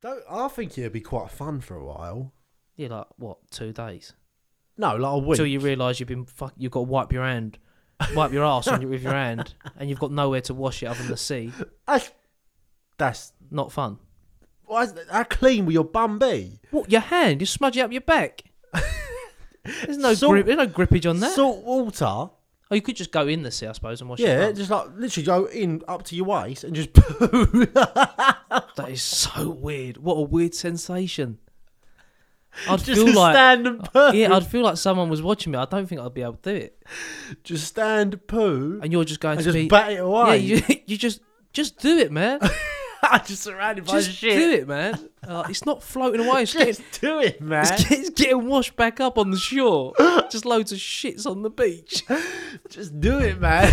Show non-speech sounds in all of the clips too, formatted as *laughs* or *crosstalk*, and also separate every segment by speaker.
Speaker 1: Don't, I think it'd be quite fun for a while.
Speaker 2: Yeah, like what? Two days
Speaker 1: No, like a week.
Speaker 2: until you realise you've been fuck. You've got to wipe your hand, wipe your ass on your, with your hand, and you've got nowhere to wash it other than the sea.
Speaker 1: that's, that's
Speaker 2: Not fun.
Speaker 1: why is, how clean will your bum be?
Speaker 2: What? Your hand? You smudge it up your back. There's no
Speaker 1: Salt-
Speaker 2: grip. There's no grippage on that.
Speaker 1: Salt water. Oh,
Speaker 2: oh, you could just go in the sea, I suppose, and wash your
Speaker 1: yeah,
Speaker 2: hands.
Speaker 1: just like literally go in up to your waist and just *laughs* poo.
Speaker 2: That is so weird. What a
Speaker 1: *laughs*
Speaker 2: weird sensation. I'd
Speaker 1: just
Speaker 2: feel like
Speaker 1: stand and poo.
Speaker 2: yeah, I'd feel like someone was watching me. I don't think I'd be able to do it.
Speaker 1: Just stand and poo and,
Speaker 2: And you're just going to
Speaker 1: just
Speaker 2: be
Speaker 1: bat it
Speaker 2: yeah.
Speaker 1: away.
Speaker 2: You, *laughs* you just just do it, man.
Speaker 1: *laughs* I'm just surrounded by
Speaker 2: Just
Speaker 1: shit.
Speaker 2: do it, *laughs* man. Uh, it's not floating away. It's,
Speaker 1: Just
Speaker 2: getting,
Speaker 1: do it, man.
Speaker 2: it's, get- it's getting washed back up on the *gasps* shore. just loads of shits on the beach.
Speaker 1: Just do it, man.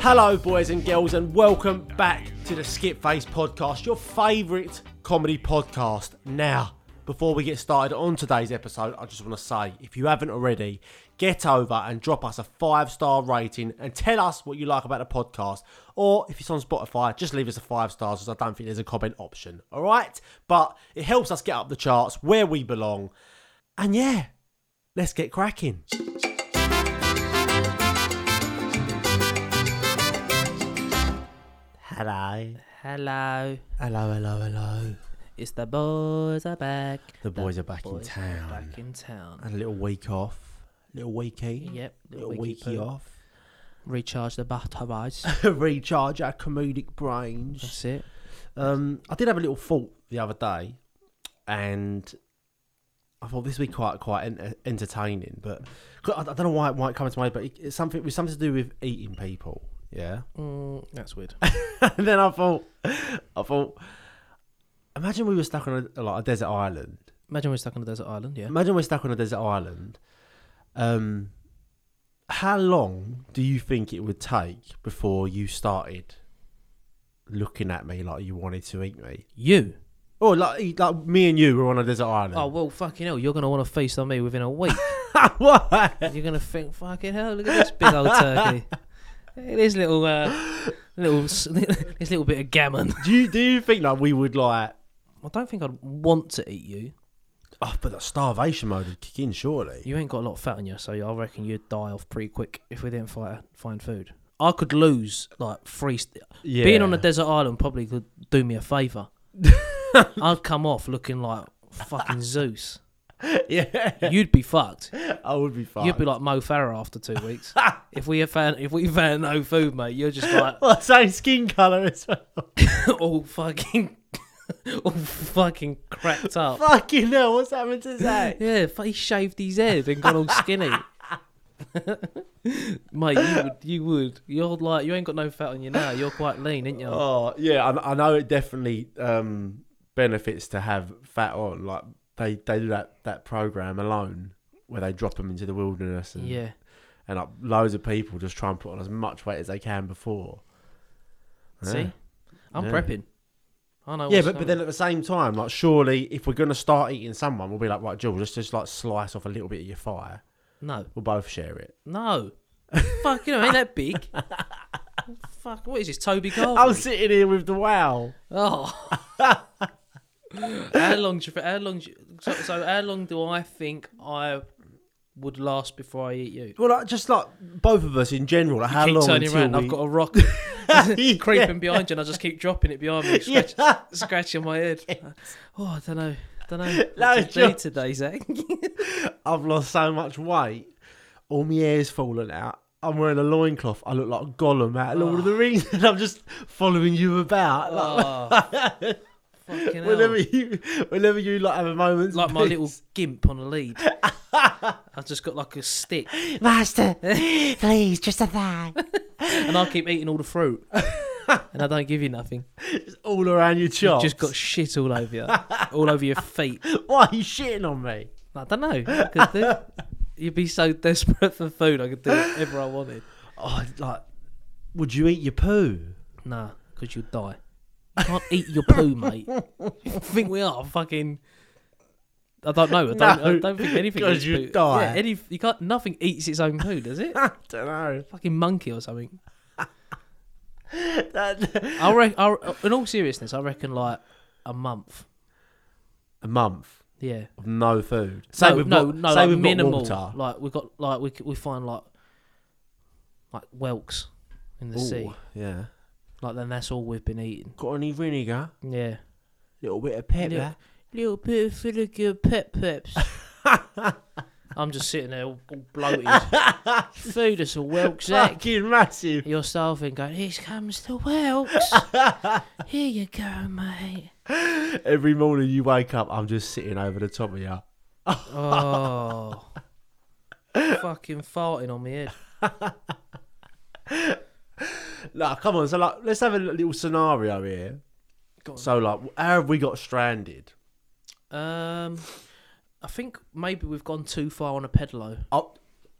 Speaker 1: Hello, boys and girls, and welcome back to the Skip Face podcast, your favourite comedy podcast. Now, before we get started on today's episode, I just want to say if you haven't already, get over and drop us a five star rating and tell us what you like about the podcast. Or if it's on Spotify, just leave us a five stars because I don't think there's a comment option. All right? But it helps us get up the charts where we belong. And yeah, let's get cracking. Hello.
Speaker 2: Hello,
Speaker 1: Hello, hello, hello.
Speaker 2: it's the boys are back.
Speaker 1: The boys are back in
Speaker 2: boys are
Speaker 1: town.
Speaker 2: back in town.
Speaker 1: Had a little week off. Little weeky.
Speaker 2: Yep, little
Speaker 1: Little
Speaker 2: weeky
Speaker 1: weeky
Speaker 2: poo.
Speaker 1: off. *laughs*
Speaker 2: Recharge the *laughs* batteries.
Speaker 1: Recharge our comedic brains.
Speaker 2: That's it.
Speaker 1: Um, I did have a little thought the other day, and I thought this would be quite quite en- uh, entertaining. But 'cause I, I don't know why it might come to mind, but it, it's something with something to do with eating people. Yeah. *laughs*
Speaker 2: Mm, that's weird.
Speaker 1: and then I thought, I thought, imagine we were stuck on a, like a desert island.
Speaker 2: *laughs* Imagine we're stuck on a desert island. Yeah.
Speaker 1: Imagine we're stuck on a desert island. Um, how long do you think it would take before you started looking at me like you wanted to eat me?
Speaker 2: You.
Speaker 1: Or like, e, like me and you were on a desert island.
Speaker 2: Oh well, fucking hell! You're gonna want to feast on me within a *laughs* week.
Speaker 1: *laughs* what?
Speaker 2: You're gonna think, fucking hell! Look at this big old *laughs* turkey. Hey, this little, uh, little, s- *laughs* this little bit of gammon.
Speaker 1: Do you do you think like we would like?
Speaker 2: I don't think I'd want to eat you.
Speaker 1: Oh, but that starvation mode would kick in surely.
Speaker 2: You ain't got a lot of fat on you, so I reckon you'd die off pretty quick if we didn't fight, find food. I could lose like three. St-
Speaker 1: Yeah.
Speaker 2: Being on a desert island probably could do me a favour. I'd come off looking like
Speaker 1: *laughs*
Speaker 2: fucking Zeus.
Speaker 1: *laughs* yeah,
Speaker 2: You'd be fucked.
Speaker 1: I would be fine. *laughs*
Speaker 2: You'd be like Mo Farah after two weeks. if we had found if we found no food, mate, you're just like
Speaker 1: *laughs* Well, same skin color as *laughs* well.
Speaker 2: all fucking *laughs* all fucking cracked up.
Speaker 1: Fucking hell, what's happened to Zach?
Speaker 2: Yeah, fu- he shaved his head and got
Speaker 1: *laughs*
Speaker 2: all skinny. mate, you would, you would. You're like you ain't got no fat on you now. You're quite lean, ain't you?
Speaker 1: Oh yeah, I, I know it definitely um, benefits to have fat on. Like they, they do that, that program alone where they drop them into the wilderness and
Speaker 2: yeah.
Speaker 1: and like loads of people just try and put on as much weight as they can before.
Speaker 2: See, I'm
Speaker 1: Yeah.
Speaker 2: prepping. I know.
Speaker 1: Yeah,
Speaker 2: what's
Speaker 1: but, but
Speaker 2: coming.
Speaker 1: then at the same time, like surely if we're gonna start eating someone, we'll be like, right, Jill, let's just like slice off a little bit of your fire.
Speaker 2: no,
Speaker 1: We'll both share it.
Speaker 2: no, fuck you know, ain't
Speaker 1: *laughs*
Speaker 2: that big? fuck, what is this, Toby Garvey?
Speaker 1: I'm sitting here with the wow. *laughs*
Speaker 2: Oh. how long? Do you, how long? Do you, so, so how long do I think I would last before I eat you?
Speaker 1: Well, like, just like both of us in general, like how
Speaker 2: keep
Speaker 1: long
Speaker 2: turning
Speaker 1: until
Speaker 2: around.
Speaker 1: we
Speaker 2: I've got a rock
Speaker 1: *laughs*
Speaker 2: creeping behind you, and I just keep dropping it behind me, *laughs*
Speaker 1: Yeah.
Speaker 2: scratch, scratching
Speaker 1: *laughs*
Speaker 2: my head. Oh, I don't know. Don't know.
Speaker 1: No,
Speaker 2: What to do
Speaker 1: John.
Speaker 2: today,
Speaker 1: *laughs*
Speaker 2: Zach.
Speaker 1: I've lost so much weight. All my hair's fallen out. I'm wearing a loincloth. I look like Gollum out of Lord of
Speaker 2: Ah.
Speaker 1: the Rings, and I'm just following you about. Like,
Speaker 2: Oh,
Speaker 1: *laughs*
Speaker 2: fucking
Speaker 1: whenever
Speaker 2: hell.
Speaker 1: you, whenever you like have a moment,
Speaker 2: Like my little gimp on a lead. I've just got like a stick,
Speaker 1: *laughs* master, please, just a
Speaker 2: *laughs*
Speaker 1: thing.
Speaker 2: and I keep eating all the fruit, and I don't give you
Speaker 1: *laughs*
Speaker 2: nothing.
Speaker 1: It's all around your
Speaker 2: You've
Speaker 1: chops.
Speaker 2: just got shit
Speaker 1: *laughs*
Speaker 2: all over you, all over your feet.
Speaker 1: Why are you shitting on me? *laughs*
Speaker 2: I don't know. I could do. You'd be so desperate for food, I could do whatever I wanted.
Speaker 1: Oh, like, would you eat your poo?
Speaker 2: Nah, because you'd die. You can't eat your
Speaker 1: *laughs*
Speaker 2: poo, mate. You think we are fucking. I don't know. I don't, I
Speaker 1: No,
Speaker 2: don't think anything
Speaker 1: 'cause
Speaker 2: eats
Speaker 1: you'd
Speaker 2: poo.
Speaker 1: die.
Speaker 2: Yeah, any, you can't, nothing eats its own poo, does it?
Speaker 1: *laughs*
Speaker 2: *laughs*
Speaker 1: I don't know.
Speaker 2: fucking monkey or something.
Speaker 1: That- *laughs*
Speaker 2: I re- I, in all seriousness, I reckon like a month.
Speaker 1: a month
Speaker 2: Yeah.
Speaker 1: of no food. Say
Speaker 2: no,
Speaker 1: we've
Speaker 2: no,
Speaker 1: got,
Speaker 2: no,
Speaker 1: say
Speaker 2: like
Speaker 1: we've
Speaker 2: minimal.
Speaker 1: got water.
Speaker 2: Like we got like we c- we find like like whelks in the
Speaker 1: Ooh,
Speaker 2: sea.
Speaker 1: Yeah.
Speaker 2: Like then that's all we've been eating.
Speaker 1: Got any vinegar?
Speaker 2: Yeah.
Speaker 1: Little bit of pepper.
Speaker 2: Little- Little bit of vinegar pep peps. I'm just sitting there all, all bloated. Food us a whelk's egg.
Speaker 1: Fucking massive.
Speaker 2: You're starving, going, here comes the whelks. Here you go, mate.
Speaker 1: Every morning you wake up, I'm just sitting over the top of you.
Speaker 2: Oh. fucking farting on my head.
Speaker 1: Like, come on. So, like, let's have a little scenario here.
Speaker 2: Go on.
Speaker 1: So, like, how have we got stranded?
Speaker 2: Um, I think maybe we've gone too far on a pedalo.
Speaker 1: Oh,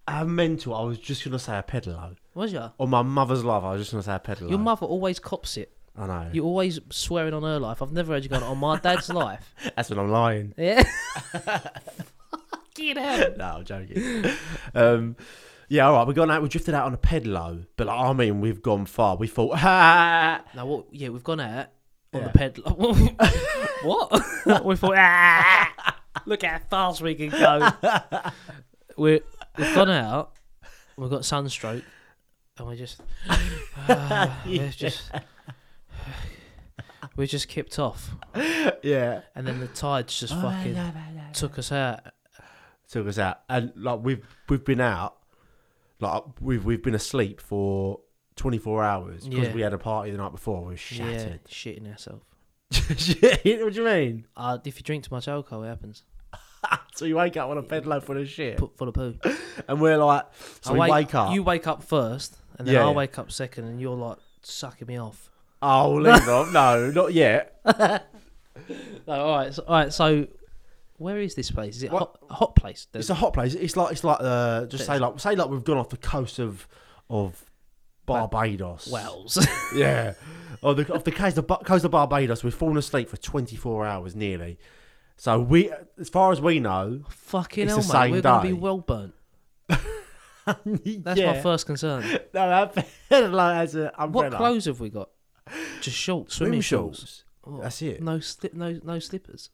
Speaker 1: I'm mental. I was just gonna say a pedalo.
Speaker 2: Was ya?
Speaker 1: On my mother's life, I was just gonna say a pedalo.
Speaker 2: Your mother always cops it.
Speaker 1: I know.
Speaker 2: You're always swearing on her life. I've never heard you going on my dad's life.
Speaker 1: That's when I'm lying. *laughs*
Speaker 2: Yeah. *laughs* Fucking hell.
Speaker 1: No, I'm joking. um, yeah, all right. We gone out. We drifted out on a pedalo, but like, I mean, we've gone far. We thought, *laughs* ha,
Speaker 2: Now what? Yeah, we've gone out on
Speaker 1: Yeah.
Speaker 2: the *laughs* pedalo. what? we thought, ah, look how fast we can go. *laughs* we we've gone out. and We've got sunstroke, and we just, *sighs* *laughs* ah, we've just, we just kicked off,
Speaker 1: yeah,
Speaker 2: and then the tides just fucking took us out.
Speaker 1: took us out, and like we've we've been out, like we've we've been asleep for 24 hours because
Speaker 2: Yeah.
Speaker 1: we had a party the night before. We were
Speaker 2: Yeah, *laughs*
Speaker 1: shattered. *laughs*
Speaker 2: shitting ourselves.
Speaker 1: what do you mean? *laughs*
Speaker 2: Uh, if you drink too much alcohol, it happens.
Speaker 1: So you wake up on a pedalo full of shit,
Speaker 2: Put full of poo.
Speaker 1: and we're like, so
Speaker 2: I
Speaker 1: we wake up.
Speaker 2: You wake up first, and then
Speaker 1: Yeah,
Speaker 2: I
Speaker 1: yeah.
Speaker 2: wake up second, and you're like sucking me off.
Speaker 1: *laughs* Oh, leave off. No, not yet.
Speaker 2: No, all right, so, all right. So, where is this place? Is it
Speaker 1: What-
Speaker 2: hot, a hot place?
Speaker 1: It's a hot place. It's like it's like uh, just say like say like we've gone off the coast of of Barbados.
Speaker 2: Wells. *laughs*
Speaker 1: yeah, or the off the coast of, Ba- coast of Barbados. We've fallen asleep for twenty four hours nearly. So we, as far as we know, *laughs*
Speaker 2: Fucking
Speaker 1: It's
Speaker 2: hell,
Speaker 1: the
Speaker 2: mate.
Speaker 1: same
Speaker 2: We're gonna be
Speaker 1: day.
Speaker 2: well burnt. That's
Speaker 1: yeah,
Speaker 2: my first concern.
Speaker 1: *laughs* no, that felt *laughs* like as an umbrella.
Speaker 2: What clothes have we got? Just shorts,
Speaker 1: Swim
Speaker 2: swimming shorts.
Speaker 1: shorts.
Speaker 2: Oh,
Speaker 1: That's it.
Speaker 2: No, sli- no, no slippers.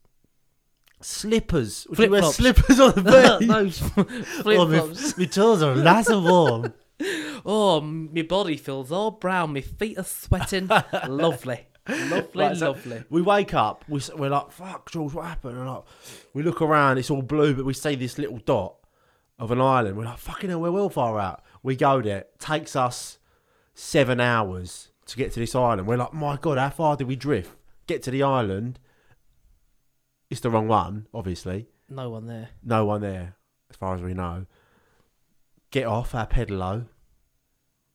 Speaker 1: Slippers. Would you wear
Speaker 2: Flip-flops.
Speaker 1: slippers
Speaker 2: *laughs*
Speaker 1: on the
Speaker 2: *laughs* no
Speaker 1: beach?
Speaker 2: flip
Speaker 1: Oh, my-
Speaker 2: flops.
Speaker 1: my toes are nice and
Speaker 2: *laughs*
Speaker 1: warm.
Speaker 2: Oh, m- my body feels all brown. My feet
Speaker 1: *laughs*
Speaker 2: are sweating. lovely, lovely,
Speaker 1: Right, so-
Speaker 2: lovely.
Speaker 1: We wake up, we, s- we're like, fuck, George, what happened? And like, we look around, it's all blue, but we see this little dot of an island. We're like, fucking hell, we're well far out. We go there. Takes us seven hours to get to this island. We're like, my God, how far did we drift? Get to the island. It's the wrong one, obviously.
Speaker 2: No one there.
Speaker 1: No one there, as far as we know. Get off our pedalo.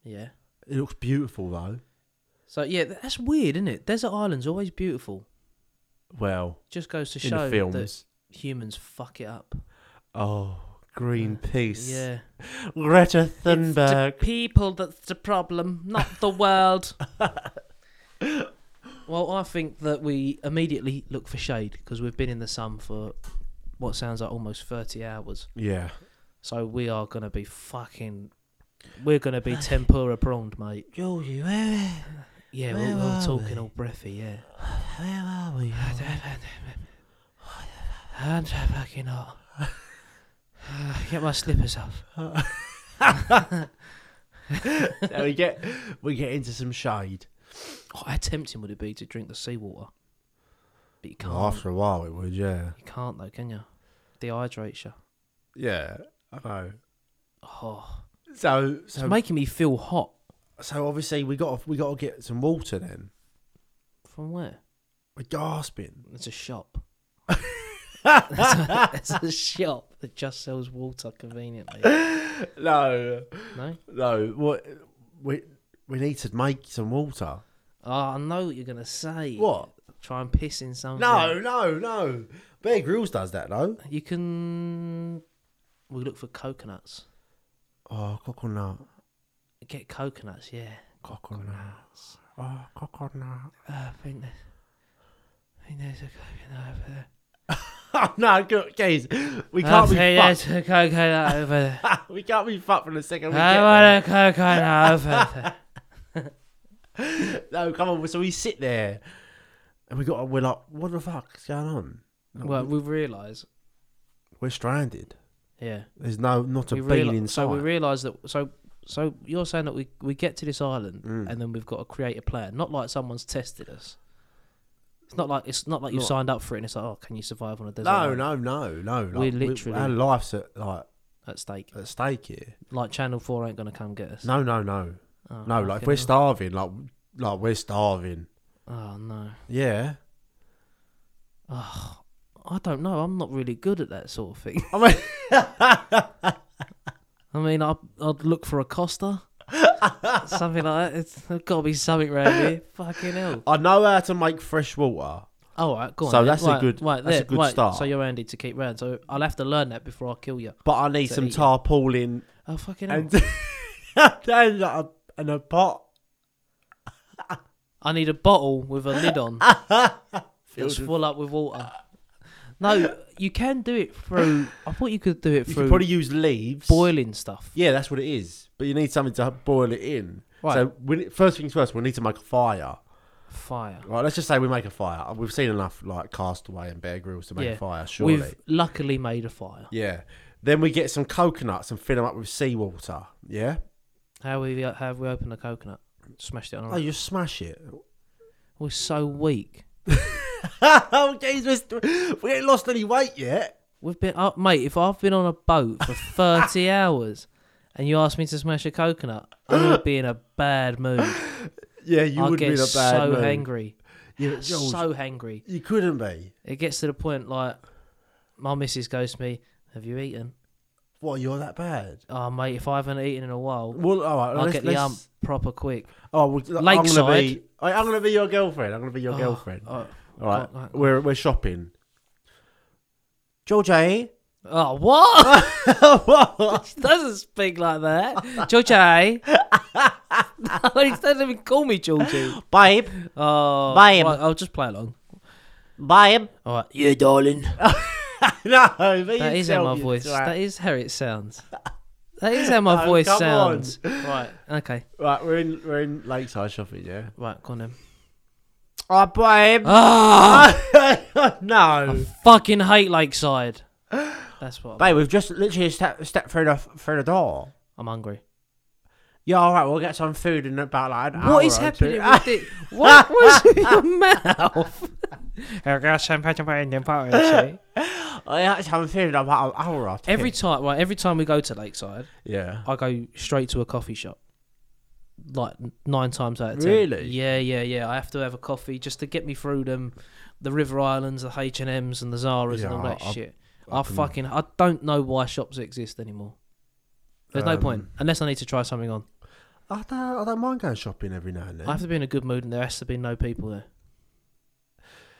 Speaker 2: Yeah.
Speaker 1: It looks beautiful, though.
Speaker 2: So yeah, th- that's weird, isn't it? Desert islands always beautiful.
Speaker 1: Well,
Speaker 2: Just goes to
Speaker 1: in
Speaker 2: show
Speaker 1: the
Speaker 2: that
Speaker 1: films.
Speaker 2: humans fuck it up.
Speaker 1: Oh, Greenpeace.
Speaker 2: Yeah.
Speaker 1: Greta
Speaker 2: It's the
Speaker 1: Thunberg.
Speaker 2: people that's the problem, not the world. *laughs* well, I think that we immediately look for shade because we've been in the sun for what sounds like almost 30 hours.
Speaker 1: Yeah.
Speaker 2: So we are going to be fucking. We're going *sighs* to be tempura prawned, mate.
Speaker 1: Georgie, where,
Speaker 2: Yeah,
Speaker 1: Where
Speaker 2: we're, we're
Speaker 1: are
Speaker 2: talking
Speaker 1: we?
Speaker 2: all breathy, yeah. *sighs*
Speaker 1: where are we?
Speaker 2: I'm so fucking hot. *sighs* Get my slippers *laughs* off.
Speaker 1: so we get we get into some shade.
Speaker 2: Oh, how tempting would it be to drink the seawater? But you can't.
Speaker 1: a while, it would, yeah.
Speaker 2: You can't though, can you? Dehydrates you.
Speaker 1: Yeah, I know.
Speaker 2: Oh,
Speaker 1: So
Speaker 2: it's
Speaker 1: so
Speaker 2: making me feel hot.
Speaker 1: so obviously we got we got to get some water. Then
Speaker 2: From where?
Speaker 1: we're gasping.
Speaker 2: It's a shop. *laughs* it's, a, it's a shop that just sells water
Speaker 1: *laughs*
Speaker 2: conveniently.
Speaker 1: *laughs* No,
Speaker 2: No,
Speaker 1: no. What we we need to make some water.
Speaker 2: oh, I know what you're gonna say.
Speaker 1: What?
Speaker 2: Try and piss in something.
Speaker 1: No, no, no. Bear Grylls does that though.
Speaker 2: you can we look for coconuts.
Speaker 1: Oh, coconut.
Speaker 2: Get coconuts, yeah.
Speaker 1: Coconut. Oh, coconut.
Speaker 2: Uh, I think there's, I think there's a coconut over there.
Speaker 1: *laughs* Oh, no, good. Guys, we
Speaker 2: I
Speaker 1: can't
Speaker 2: think
Speaker 1: be
Speaker 2: there's
Speaker 1: fucked.
Speaker 2: a coconut over there.
Speaker 1: *laughs* we can't be fucked from the second we get
Speaker 2: I
Speaker 1: there.
Speaker 2: want a coconut over there.
Speaker 1: No, come on. So we sit there, and we got. We're like, what the fuck is going on? Like,
Speaker 2: Well, we realise,
Speaker 1: we're stranded.
Speaker 2: yeah.
Speaker 1: There's no not a
Speaker 2: we
Speaker 1: bean
Speaker 2: reali-
Speaker 1: in sight.
Speaker 2: So we realise that. So so you're saying that we we get to this island
Speaker 1: Mm.
Speaker 2: and then we've got to create a plan. Not like someone's tested us. It's not like it's not like you've
Speaker 1: Not-
Speaker 2: signed up for it and it's like, oh, can you survive on a desert?
Speaker 1: no,
Speaker 2: island
Speaker 1: no, no, no. Like,
Speaker 2: We literally-
Speaker 1: our life's at like
Speaker 2: At stake.
Speaker 1: at stake here.
Speaker 2: Like Channel Four ain't gonna come get us.
Speaker 1: No, no, no,
Speaker 2: Oh,
Speaker 1: no. Like if
Speaker 2: fucking
Speaker 1: we're
Speaker 2: hell.
Speaker 1: starving, like like we're starving.
Speaker 2: Oh no.
Speaker 1: Yeah.
Speaker 2: Oh, I don't know. I'm not really good at that sort of thing.
Speaker 1: *laughs* I mean,
Speaker 2: I mean, I'd, I'd look for
Speaker 1: *laughs*
Speaker 2: a Costa, something like that. It's, there's got to be something around here. Fucking hell.
Speaker 1: I know how to make fresh water.
Speaker 2: All Oh, right, go on.
Speaker 1: So
Speaker 2: then.
Speaker 1: that's a
Speaker 2: Right,
Speaker 1: good-
Speaker 2: right,
Speaker 1: that's a
Speaker 2: there,
Speaker 1: good
Speaker 2: right.
Speaker 1: start.
Speaker 2: So you're Andy to keep round. So I'll have to learn that before I kill you.
Speaker 1: But I need
Speaker 2: So
Speaker 1: some
Speaker 2: eat it.
Speaker 1: tarpaulin
Speaker 2: Oh fucking hell!
Speaker 1: and *laughs* and, a, and a pot.
Speaker 2: I need a bottle with a lid
Speaker 1: *laughs*
Speaker 2: on
Speaker 1: Ah,
Speaker 2: that's
Speaker 1: You
Speaker 2: full up with water. No, you can do it through. I thought you could do it
Speaker 1: could
Speaker 2: through
Speaker 1: probably use leaves.
Speaker 2: boiling stuff.
Speaker 1: Yeah, that's what it is. But you need something to boil it in.
Speaker 2: Right.
Speaker 1: So we, first things first, we need to make a fire.
Speaker 2: Fire.
Speaker 1: Right, let's just say we make a fire. We've seen enough like Castaway and Bear Grylls to make
Speaker 2: Yeah.
Speaker 1: a fire, surely.
Speaker 2: We've luckily made a fire.
Speaker 1: Yeah. Then we get some coconuts and fill them up with seawater. Yeah.
Speaker 2: How we uh, how have we opened a coconut? Smashed it on.
Speaker 1: Oh,
Speaker 2: Our...
Speaker 1: you smash it.
Speaker 2: We're so weak.
Speaker 1: *laughs* oh, Jesus. We ain't lost any weight yet.
Speaker 2: We've been up, mate. If I've been on a
Speaker 1: *laughs*
Speaker 2: boat for thirty hours, and you ask me to smash a coconut, I'm gonna be in a bad mood.
Speaker 1: Yeah, you
Speaker 2: I
Speaker 1: would be in
Speaker 2: get
Speaker 1: a bad
Speaker 2: so
Speaker 1: mood.
Speaker 2: hangry,
Speaker 1: Yeah, Jules,
Speaker 2: so hangry.
Speaker 1: you couldn't be.
Speaker 2: It gets to the point like my missus goes to me, "Have you eaten?"
Speaker 1: What, you're that bad?
Speaker 2: Oh, mate, if I haven't eaten in a while,
Speaker 1: Well, all right,
Speaker 2: I'll
Speaker 1: let's-
Speaker 2: get the
Speaker 1: let's-
Speaker 2: ump proper quick.
Speaker 1: Oh, well, I'm gonna
Speaker 2: Lakeside.
Speaker 1: be. I- I'm gonna be your girlfriend. I'm gonna be your
Speaker 2: Oh,
Speaker 1: girlfriend.
Speaker 2: Oh,
Speaker 1: All right,
Speaker 2: God, right.
Speaker 1: we're we're shopping. *laughs* Georgie,
Speaker 2: oh, *laughs* what?
Speaker 1: what?
Speaker 2: she doesn't speak
Speaker 1: *laughs*
Speaker 2: like that, Georgie. *laughs* no, he doesn't even call me Georgie.
Speaker 1: babe,
Speaker 2: Oh,
Speaker 1: Babe.
Speaker 2: right, I'll just play along.
Speaker 1: babe.
Speaker 2: All right, yeah, darling.
Speaker 1: *laughs* no, but you
Speaker 2: That is how
Speaker 1: tell
Speaker 2: my
Speaker 1: me
Speaker 2: voice.
Speaker 1: it's right.
Speaker 2: That is how it sounds. That is how my
Speaker 1: *laughs* Oh,
Speaker 2: voice
Speaker 1: come on.
Speaker 2: sounds. Right. Okay.
Speaker 1: Right, we're in we're in Lakeside shopping. Yeah.
Speaker 2: Right. Go on then.
Speaker 1: Oh, babe.
Speaker 2: Ah,
Speaker 1: *laughs* no,
Speaker 2: fucking hate *gasps* Lakeside. That's what. I'm,
Speaker 1: babe. We've just literally stepped stepped through the through the door.
Speaker 2: I'm hungry.
Speaker 1: Yeah, all right. We'll get some food in about like an
Speaker 2: What is
Speaker 1: hour or two.
Speaker 2: happening *laughs*
Speaker 1: *laughs*
Speaker 2: with it? What *laughs* was in your mouth? *laughs*
Speaker 1: I had Oh, some food in about an hour or two.
Speaker 2: eh, every time, right? Every time we go to Lakeside,
Speaker 1: yeah.
Speaker 2: I go straight to a coffee shop. Like nine times out of ten.
Speaker 1: Really?
Speaker 2: Yeah, yeah, yeah. I have to have a coffee just to get me through them, the River Islands, the H and M's, and the Zaras,
Speaker 1: Yeah,
Speaker 2: and all that
Speaker 1: I- I-
Speaker 2: shit. I,
Speaker 1: I can-
Speaker 2: fucking I don't know why shops exist anymore. There's no point unless I need to try something on.
Speaker 1: I don't, I don't mind going shopping every now and then.
Speaker 2: I have to be in a good mood, and there has to be no people there.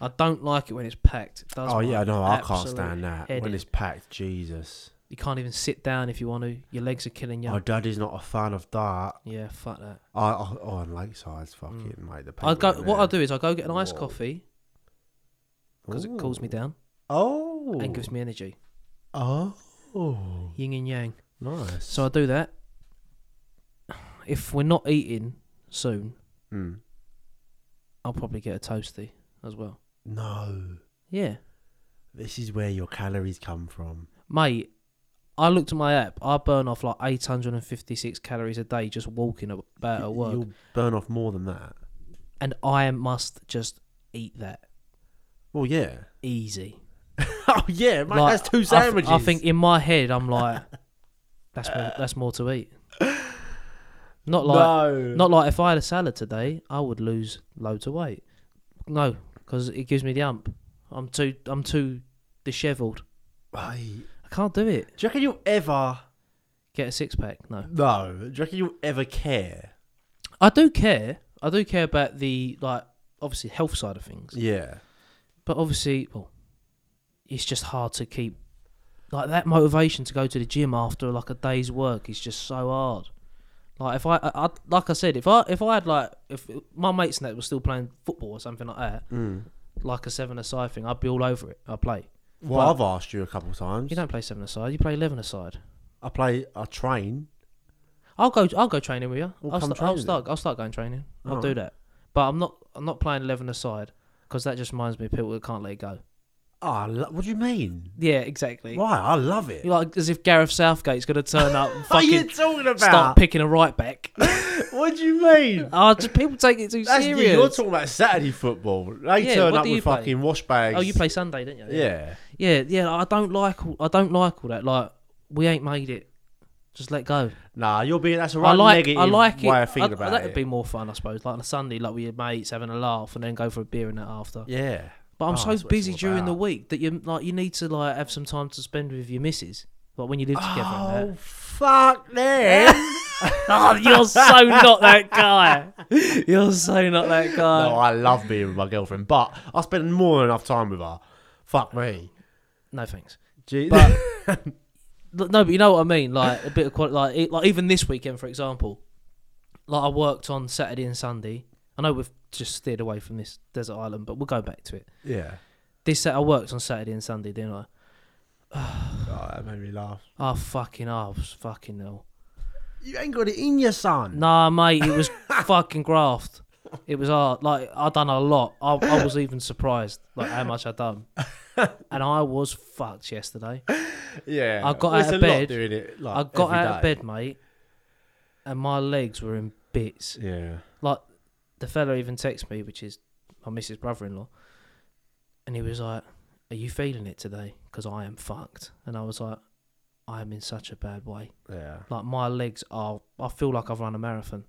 Speaker 2: I don't like it when it's packed. It does
Speaker 1: oh
Speaker 2: my
Speaker 1: yeah, no, I can't
Speaker 2: absolute
Speaker 1: stand that
Speaker 2: head
Speaker 1: when
Speaker 2: in.
Speaker 1: it's packed. Jesus,
Speaker 2: You can't even sit down if you want to. Your legs are killing you.
Speaker 1: my daddy's not a fan of that.
Speaker 2: yeah, fuck that.
Speaker 1: I, I oh, and Lakeside's fucking mate. The
Speaker 2: I Mm.
Speaker 1: people
Speaker 2: go.
Speaker 1: in
Speaker 2: What
Speaker 1: there.
Speaker 2: I do is I go get an iced
Speaker 1: Whoa.
Speaker 2: coffee because it cools me
Speaker 1: Ooh.
Speaker 2: down
Speaker 1: Oh,
Speaker 2: and gives me energy.
Speaker 1: oh,
Speaker 2: Yin and yang.
Speaker 1: nice.
Speaker 2: So I do that. *sighs* If we're not eating soon,
Speaker 1: Mm.
Speaker 2: I'll probably get a toasty as well.
Speaker 1: No,
Speaker 2: Yeah,
Speaker 1: this is where your calories come from.
Speaker 2: mate. I looked at my app. I burn off like 856 calories a day just walking about at
Speaker 1: You-
Speaker 2: work,
Speaker 1: You'll burn off more than that.
Speaker 2: and I must just eat that
Speaker 1: Well, yeah. *laughs*
Speaker 2: easy.
Speaker 1: oh yeah, mate.
Speaker 2: Like,
Speaker 1: that's two
Speaker 2: I th-
Speaker 1: sandwiches.
Speaker 2: I, think in my head, I'm like, *laughs* that's more, that's more to eat. Not
Speaker 1: *laughs*
Speaker 2: like
Speaker 1: no,
Speaker 2: Not like if I had a salad today, I would lose loads of weight. No, because it gives me the ump. I'm too I'm too dishevelled.
Speaker 1: Mate,
Speaker 2: I can't do it.
Speaker 1: do you reckon you'll ever?
Speaker 2: Get a six pack. No,
Speaker 1: No, do you reckon you'll ever care?
Speaker 2: I do care. I do care about the like obviously health side of things,
Speaker 1: Yeah.
Speaker 2: but obviously, well, it's just hard to keep like that motivation to go to the gym after like a day's work is just so hard. Like if I, I, I like I said, if I if I had like if my mates and that were still playing football or something like that,
Speaker 1: Mm.
Speaker 2: like a seven aside thing, I'd be all over it. I would play.
Speaker 1: Well, I've asked you a couple of times.
Speaker 2: You don't play seven aside. You play eleven aside.
Speaker 1: I play, I train.
Speaker 2: I'll go. I'll go training with you.
Speaker 1: Well,
Speaker 2: I'll,
Speaker 1: come
Speaker 2: sta-
Speaker 1: train
Speaker 2: I'll
Speaker 1: then.
Speaker 2: start. I'll start going training. I'll
Speaker 1: Alright.
Speaker 2: do that. But I'm not. I'm not playing eleven aside because that just reminds me of people that can't let it go.
Speaker 1: Oh, I lo- what do you mean?
Speaker 2: Yeah, exactly.
Speaker 1: Why? I love it.
Speaker 2: You're like as if Gareth Southgate's gonna turn
Speaker 1: *laughs*
Speaker 2: up and
Speaker 1: What are you
Speaker 2: fucking
Speaker 1: talking
Speaker 2: start
Speaker 1: about?
Speaker 2: picking a right back.
Speaker 1: what do you
Speaker 2: *laughs*
Speaker 1: mean?
Speaker 2: Oh, just people take it too
Speaker 1: That's,
Speaker 2: serious.
Speaker 1: you're talking about Saturday football. They
Speaker 2: Yeah,
Speaker 1: turn
Speaker 2: what
Speaker 1: up
Speaker 2: do
Speaker 1: with
Speaker 2: you play?
Speaker 1: fucking wash bags.
Speaker 2: oh, you play Sunday, don't you?
Speaker 1: Yeah.
Speaker 2: yeah, yeah. I don't like. all- I don't like all that. Like we ain't made it. Just let go.
Speaker 1: Nah, you're being. That's a
Speaker 2: I
Speaker 1: right
Speaker 2: like.
Speaker 1: negative
Speaker 2: I like it.
Speaker 1: way of thinking
Speaker 2: I-
Speaker 1: about
Speaker 2: that'd
Speaker 1: it.
Speaker 2: be more fun, I suppose. Like on a Sunday, like with your mates having a laugh and then go for a beer and that after.
Speaker 1: yeah.
Speaker 2: But
Speaker 1: Oh,
Speaker 2: I'm
Speaker 1: that's
Speaker 2: so
Speaker 1: what it's
Speaker 2: busy
Speaker 1: all
Speaker 2: during the
Speaker 1: about.
Speaker 2: week that you like you need to like have some time to spend with your missus. Like when you live together. and
Speaker 1: Oh
Speaker 2: that.
Speaker 1: fuck them.
Speaker 2: *laughs* oh,
Speaker 1: *laughs*
Speaker 2: *laughs* you're so not that guy. You're so not that guy.
Speaker 1: no, I love being with my girlfriend, but I spend more than enough time with her. Fuck me.
Speaker 2: no thanks. *laughs*
Speaker 1: Gee-
Speaker 2: But- L- No, but you know what I mean. Like a bit of quality. Like, e- like even this weekend, for example, like I worked on Saturday and Sunday. I know we've just steered away from this desert island, but we'll go back to it.
Speaker 1: yeah.
Speaker 2: This set I worked on Saturday and Sunday, didn't I?
Speaker 1: Oh, that made me laugh.
Speaker 2: Oh fucking, oh I was fucking hell.
Speaker 1: You ain't got it in your son.
Speaker 2: Nah, mate, it was
Speaker 1: *laughs*
Speaker 2: fucking graft. It was hard. Like I done a lot. I, I was even surprised, like how much
Speaker 1: *laughs*
Speaker 2: I done. And I was fucked yesterday.
Speaker 1: Yeah.
Speaker 2: I got
Speaker 1: It's
Speaker 2: out of
Speaker 1: a lot
Speaker 2: bed.
Speaker 1: doing it, like,
Speaker 2: I got
Speaker 1: every
Speaker 2: out of
Speaker 1: day.
Speaker 2: bed, mate, and my legs were in bits.
Speaker 1: Yeah.
Speaker 2: like the fella even texted me, which is my missus brother-in-law, and he was like, "Are you feeling it today? Because I am fucked." And I was like, "I am in such a bad way.
Speaker 1: Yeah.
Speaker 2: Like my legs are. I feel like I've run a marathon.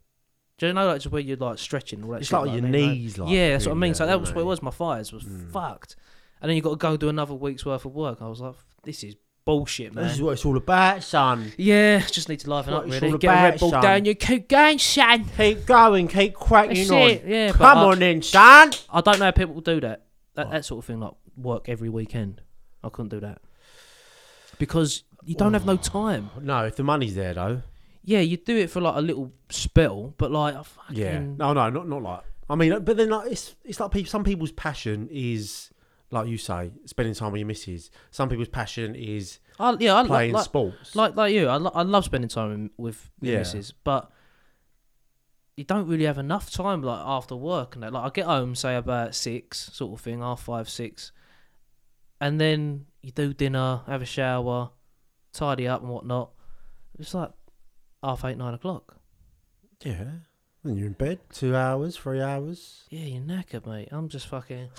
Speaker 2: Do you know like just where you're like stretching? and All that
Speaker 1: It's
Speaker 2: shit
Speaker 1: like your
Speaker 2: that, you know?
Speaker 1: knees, like,
Speaker 2: yeah, that's what I
Speaker 1: really Hmm.
Speaker 2: mean. So
Speaker 1: hurt,
Speaker 2: that was
Speaker 1: don't
Speaker 2: what it
Speaker 1: they?
Speaker 2: was. My thighs was fucked, and then you got to go do another week's worth of work. I was like, "This is bullshit, man."
Speaker 1: This is what it's all about, son.
Speaker 2: yeah, just need to liven
Speaker 1: What
Speaker 2: up
Speaker 1: it's
Speaker 2: really.
Speaker 1: all
Speaker 2: Get a
Speaker 1: about,
Speaker 2: Red Bull
Speaker 1: son.
Speaker 2: down your coot going, son.
Speaker 1: Keep going, keep cracking
Speaker 2: That's
Speaker 1: on.
Speaker 2: it, yeah, but
Speaker 1: Come
Speaker 2: I-
Speaker 1: on then, son.
Speaker 2: I don't know how people do that. That, that sort of thing, like work every weekend. I couldn't do that because you don't have no time.
Speaker 1: No, if the money's there though.
Speaker 2: Yeah, you do it for like a little spell, but like, I fucking,
Speaker 1: Yeah. No, no, not not like. I mean, but then like it's it's like people, some people's passion is like you say, spending time with your missus. Some people's passion is
Speaker 2: I, yeah, I
Speaker 1: playing
Speaker 2: like, like,
Speaker 1: sports.
Speaker 2: like like you. I, lo- I love spending time in, with
Speaker 1: Yeah.
Speaker 2: yeah. missus, but you don't really have enough time like after work and that. Like I get home say about six sort of thing, half five six, and then you do dinner, have a shower, tidy up and whatnot. It's like half eight nine o'clock.
Speaker 1: yeah. Then you're in bed two hours, three *laughs* hours.
Speaker 2: Yeah, you're knackered, mate. I'm just fucking.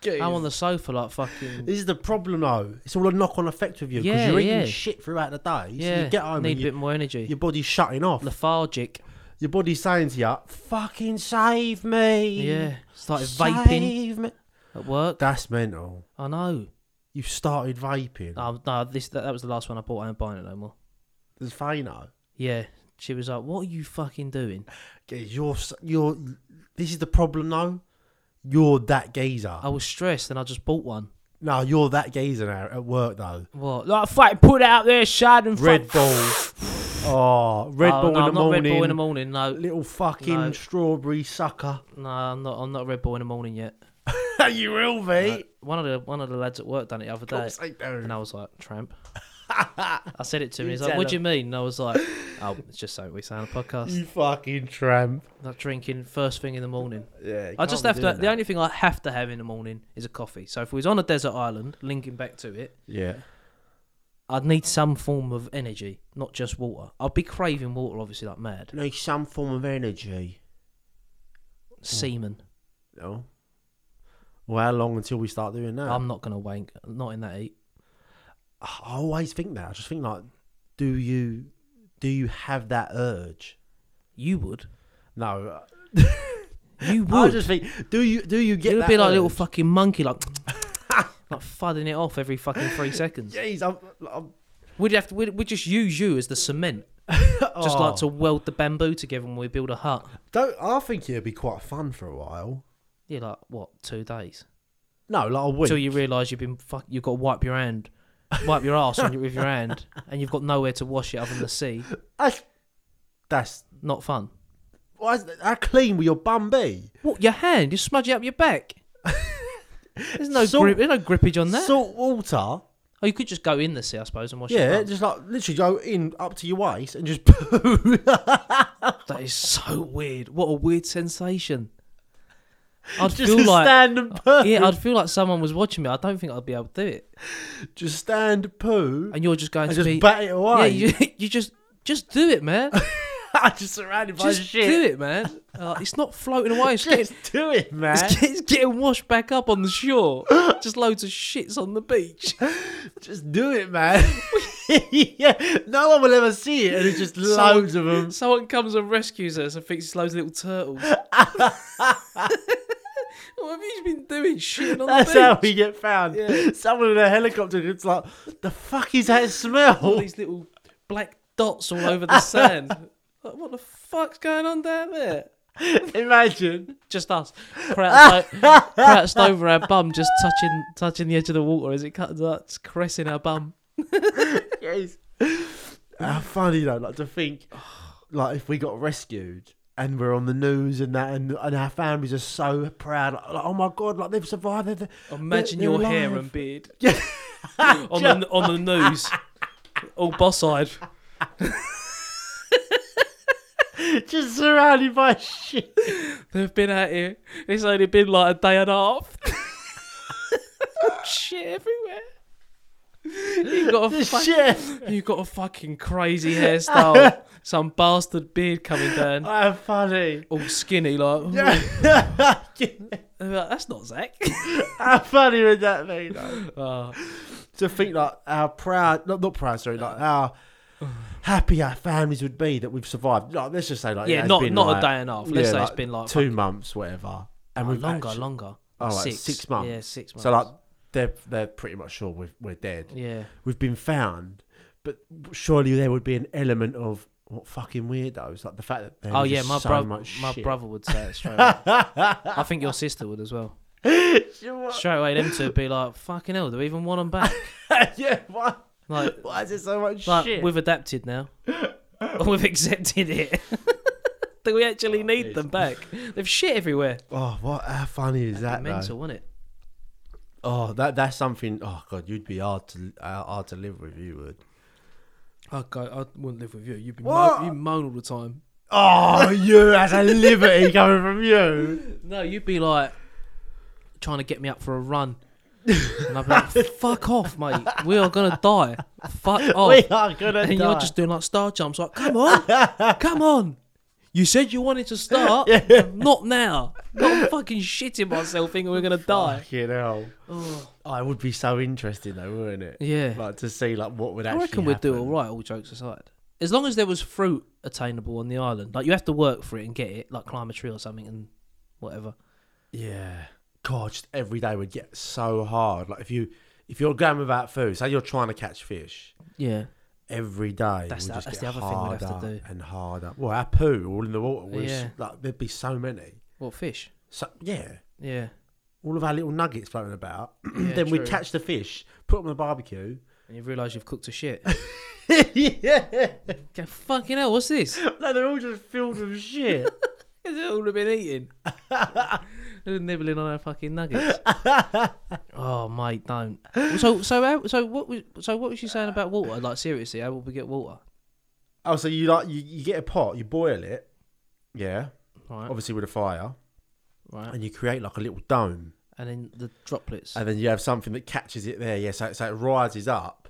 Speaker 1: Jeez.
Speaker 2: I'm on the sofa
Speaker 1: *laughs*
Speaker 2: like fucking.
Speaker 1: This is the problem, though. It's all a knock-on effect with you because
Speaker 2: Yeah,
Speaker 1: you're eating
Speaker 2: yeah.
Speaker 1: shit throughout the day. so
Speaker 2: Yeah,
Speaker 1: you get home
Speaker 2: need
Speaker 1: and
Speaker 2: a
Speaker 1: you-
Speaker 2: bit more energy.
Speaker 1: your body's shutting off.
Speaker 2: Lethargic.
Speaker 1: Your body's saying to you, "Fucking save me."
Speaker 2: Yeah, started vaping
Speaker 1: Save me.
Speaker 2: at work.
Speaker 1: That's mental.
Speaker 2: I know.
Speaker 1: You started vaping.
Speaker 2: Um, no, this that, that was the last one I bought. I ain't buying it no more.
Speaker 1: There's Fano.
Speaker 2: Yeah, she was like, "What are you fucking doing?"
Speaker 1: You're s- you're. This is the problem, though. You're that geezer.
Speaker 2: I was stressed, and I just bought one.
Speaker 1: No, you're that geezer now at work, though.
Speaker 2: What? Like, fucking put it out there, shad and
Speaker 1: Red
Speaker 2: fuck-
Speaker 1: Bull. Oh, Red
Speaker 2: Oh,
Speaker 1: Bull
Speaker 2: no,
Speaker 1: in the
Speaker 2: I'm not
Speaker 1: morning.
Speaker 2: Red Bull in the morning. No,
Speaker 1: Little fucking
Speaker 2: No.
Speaker 1: strawberry sucker. *laughs*
Speaker 2: no, I'm not. I'm not Red Bull in the morning yet.
Speaker 1: you will be.
Speaker 2: One of the one of the lads at work done it the other day,
Speaker 1: Course they do.
Speaker 2: and I was like,
Speaker 1: *laughs*
Speaker 2: "Tramp." I said it to him.
Speaker 1: You
Speaker 2: He's like,
Speaker 1: tell
Speaker 2: "What do you
Speaker 1: him.
Speaker 2: mean?" And I was like, *laughs* "Oh, it's just something we say on a
Speaker 1: *laughs*
Speaker 2: podcast.
Speaker 1: You fucking tramp.
Speaker 2: Not drinking first thing in the morning."
Speaker 1: Yeah.
Speaker 2: I just have to. The only thing I have to have in the morning is a coffee. So if we was on a desert island, linking back to it,
Speaker 1: Yeah.
Speaker 2: I'd need some form of energy, not just water. I'd be craving water, obviously, like mad.
Speaker 1: Need some form of energy. Mm.
Speaker 2: Semen.
Speaker 1: No. Well, how long until we start doing that?
Speaker 2: I'm not gonna wank. Not in that heat.
Speaker 1: I always think that. I just think like, do you do you have that urge?
Speaker 2: You would.
Speaker 1: No, uh,
Speaker 2: You would.
Speaker 1: *laughs* I just think do you do you get
Speaker 2: you would
Speaker 1: that
Speaker 2: be like a little
Speaker 1: urge?
Speaker 2: fucking monkey,
Speaker 1: *laughs*
Speaker 2: like like fudding it off every fucking three seconds.
Speaker 1: Jeez, I'm, I'm
Speaker 2: We'd have to. We'd, we'd just use you as the cement, just like
Speaker 1: Oh.
Speaker 2: to weld the bamboo together when we build a hut.
Speaker 1: don't. I think it'd be quite fun for a while.
Speaker 2: Yeah, like what? Two days
Speaker 1: No, like a week.
Speaker 2: until you realise you've been fuck. You've got to wipe your hand wipe your ass on your, with your
Speaker 1: *laughs*
Speaker 2: hand, and you've got nowhere to wash it other than the sea.
Speaker 1: That's that's
Speaker 2: Not fun.
Speaker 1: why is, how clean will your bum be?
Speaker 2: What your hand? You smudge it up
Speaker 1: *laughs*
Speaker 2: your back. There's no
Speaker 1: Salt-
Speaker 2: grip. There's no grippage on that.
Speaker 1: Salt water.
Speaker 2: oh, you could just go in the sea, I suppose, and wash your
Speaker 1: Yeah,
Speaker 2: hands.
Speaker 1: just like literally go in up to your waist and just *laughs* poo.
Speaker 2: That is so weird. What a weird
Speaker 1: *laughs*
Speaker 2: sensation. I'd
Speaker 1: just
Speaker 2: feel like
Speaker 1: stand and poo.
Speaker 2: yeah, I'd feel like someone was watching me. I don't think I'd be able to do it.
Speaker 1: Just stand poo
Speaker 2: And you're just going
Speaker 1: and
Speaker 2: to
Speaker 1: just
Speaker 2: be
Speaker 1: bat it
Speaker 2: yeah,
Speaker 1: away. *laughs*
Speaker 2: you, *laughs* you just just do it, man.
Speaker 1: I'm *laughs* just surrounded by
Speaker 2: Just
Speaker 1: shit.
Speaker 2: do it, man. Uh, it's not floating away. *laughs* It's getting,
Speaker 1: Just do it, man.
Speaker 2: it's, get- it's getting washed back up on
Speaker 1: *laughs*
Speaker 2: the shore. just loads of shits on the beach.
Speaker 1: Just do it, man. *laughs* yeah, no one will ever see it, and it's just loads of them.
Speaker 2: Someone comes and rescues us and thinks it's loads of little
Speaker 1: *laughs*
Speaker 2: turtles. *laughs* what have you been doing? Shitting on
Speaker 1: That's
Speaker 2: the
Speaker 1: how
Speaker 2: beach?
Speaker 1: we get found.
Speaker 2: Yeah.
Speaker 1: *laughs* Someone in a helicopter. It's like, the fuck is that smell? *laughs*
Speaker 2: All these little black dots all over the sand. Like, what the fuck's going on down there?
Speaker 1: Imagine.
Speaker 2: Just us crouched,
Speaker 1: *laughs*
Speaker 2: o- crouched over our bum, just touching touching the edge of the water as it cuts up, just caressing our bum.
Speaker 1: Yes. How funny though, like to think, like if we got rescued and we're on the news and that, and, and our families are so proud. Like, like, oh my god, like they've survived. They're, they're-
Speaker 2: Imagine
Speaker 1: they're
Speaker 2: your hair
Speaker 1: alive." *laughs*
Speaker 2: and beard on the on the news, all boss-eyed.
Speaker 1: just surrounded by shit.
Speaker 2: *laughs* They've been out here. It's only been like a day and
Speaker 1: *laughs*
Speaker 2: a half. shit everywhere. You got a
Speaker 1: Just
Speaker 2: fuck-
Speaker 1: shit.
Speaker 2: you got a fucking
Speaker 1: *laughs*
Speaker 2: crazy hairstyle. Some bastard beard coming down,
Speaker 1: How
Speaker 2: *laughs*
Speaker 1: funny.
Speaker 2: all skinny like. "Oh."
Speaker 1: How
Speaker 2: They're like, That's
Speaker 1: *laughs*
Speaker 2: not Uh, Zach.
Speaker 1: funny would that be? Though?
Speaker 2: Oh,
Speaker 1: To think like how proud, not not proud, sorry, like how happy our families would be that we've survived. Like, let's just say like
Speaker 2: yeah,
Speaker 1: it's
Speaker 2: not
Speaker 1: been,
Speaker 2: not
Speaker 1: like-
Speaker 2: a day and a half. Let's
Speaker 1: yeah,
Speaker 2: say
Speaker 1: like,
Speaker 2: it's been like
Speaker 1: two months, whatever, and
Speaker 2: fucking
Speaker 1: we've
Speaker 2: longer,
Speaker 1: actually-
Speaker 2: longer.
Speaker 1: Oh, like
Speaker 2: six.
Speaker 1: six months.
Speaker 2: Yeah, six months.
Speaker 1: So like they're they're pretty much sure we're we're dead.
Speaker 2: yeah,
Speaker 1: We've been found, but surely there would be an element of what fucking weirdos, like the fact that there
Speaker 2: Oh
Speaker 1: was
Speaker 2: yeah,
Speaker 1: just
Speaker 2: my
Speaker 1: so
Speaker 2: brother,
Speaker 1: much
Speaker 2: my
Speaker 1: shit.
Speaker 2: brother would say it straight away. I think your sister would as well. Straight away, them two would be like, "Fucking hell, do we even want them back?"
Speaker 1: *laughs* yeah, why,
Speaker 2: Like,
Speaker 1: why is there so much
Speaker 2: like
Speaker 1: shit?
Speaker 2: we've adapted now. *laughs* we've accepted it. *laughs* do we actually need them back?
Speaker 1: *laughs*
Speaker 2: They've shit everywhere.
Speaker 1: oh, what? How funny is that? though?
Speaker 2: Mental, wasn't it?
Speaker 1: Oh, that that's something. Oh god, you'd be hard to uh, hard to live with. You would.
Speaker 2: I go. I wouldn't live with you. You'd be
Speaker 1: What?
Speaker 2: you moan all the time.
Speaker 1: Oh, *laughs* you as a liberty coming from
Speaker 2: *laughs*
Speaker 1: you.
Speaker 2: No, you'd be like trying to get me up for
Speaker 1: *laughs*
Speaker 2: a run. And I'd be like, fuck off, mate. We are going to die. Fuck
Speaker 1: *laughs*
Speaker 2: off.
Speaker 1: We are gonna
Speaker 2: and
Speaker 1: die.
Speaker 2: you're just doing like star jumps.
Speaker 1: *laughs*
Speaker 2: Like, come on. come on. You said you wanted
Speaker 1: *laughs*
Speaker 2: to start. Not now. Not fucking shitting myself thinking we're going to die.
Speaker 1: Fucking
Speaker 2: *laughs*
Speaker 1: hell.
Speaker 2: Oh.
Speaker 1: Oh, it would be so interesting though, wouldn't it?
Speaker 2: Yeah.
Speaker 1: Like to see like what would
Speaker 2: I
Speaker 1: actually.
Speaker 2: reckon we'd do all
Speaker 1: happen.
Speaker 2: right, all jokes aside. As long as there was fruit attainable on the island. Like, you have to work for it and get it. Like, climb a tree or something and whatever.
Speaker 1: Yeah. God, just every day would get so hard. Like if you if you're going without food, say you're trying to catch fish
Speaker 2: Yeah.
Speaker 1: every day.
Speaker 2: That's
Speaker 1: would
Speaker 2: the-
Speaker 1: just
Speaker 2: that's
Speaker 1: get
Speaker 2: the other thing we'd have to
Speaker 1: harder
Speaker 2: do.
Speaker 1: And harder. Well, our poo all in the water was
Speaker 2: Yeah.
Speaker 1: like there'd be so many.
Speaker 2: What, fish?
Speaker 1: So yeah.
Speaker 2: Yeah.
Speaker 1: All of our little nuggets floating about. *clears throat*
Speaker 2: Yeah,
Speaker 1: then
Speaker 2: true.
Speaker 1: we'd catch the fish, put them on the barbecue.
Speaker 2: *laughs*
Speaker 1: *laughs*
Speaker 2: And you realise you've cooked a shit. *laughs*
Speaker 1: yeah.
Speaker 2: Go, fucking hell, what's this?
Speaker 1: No, they're all just filled with
Speaker 2: *laughs*
Speaker 1: shit.
Speaker 2: It's all I've been eating. *laughs* They were nibbling on our fucking nuggets. oh, mate, don't. So, so, how, so, what was, so, what was you saying about water? Like, seriously, how will we get water?
Speaker 1: oh, so you like you, you get a pot, you boil it. Yeah.
Speaker 2: Right,
Speaker 1: Obviously with a fire.
Speaker 2: right,
Speaker 1: And you create like a little dome.
Speaker 2: and then the droplets.
Speaker 1: and then you have something that catches it there. Yeah, so, so it rises *laughs* up.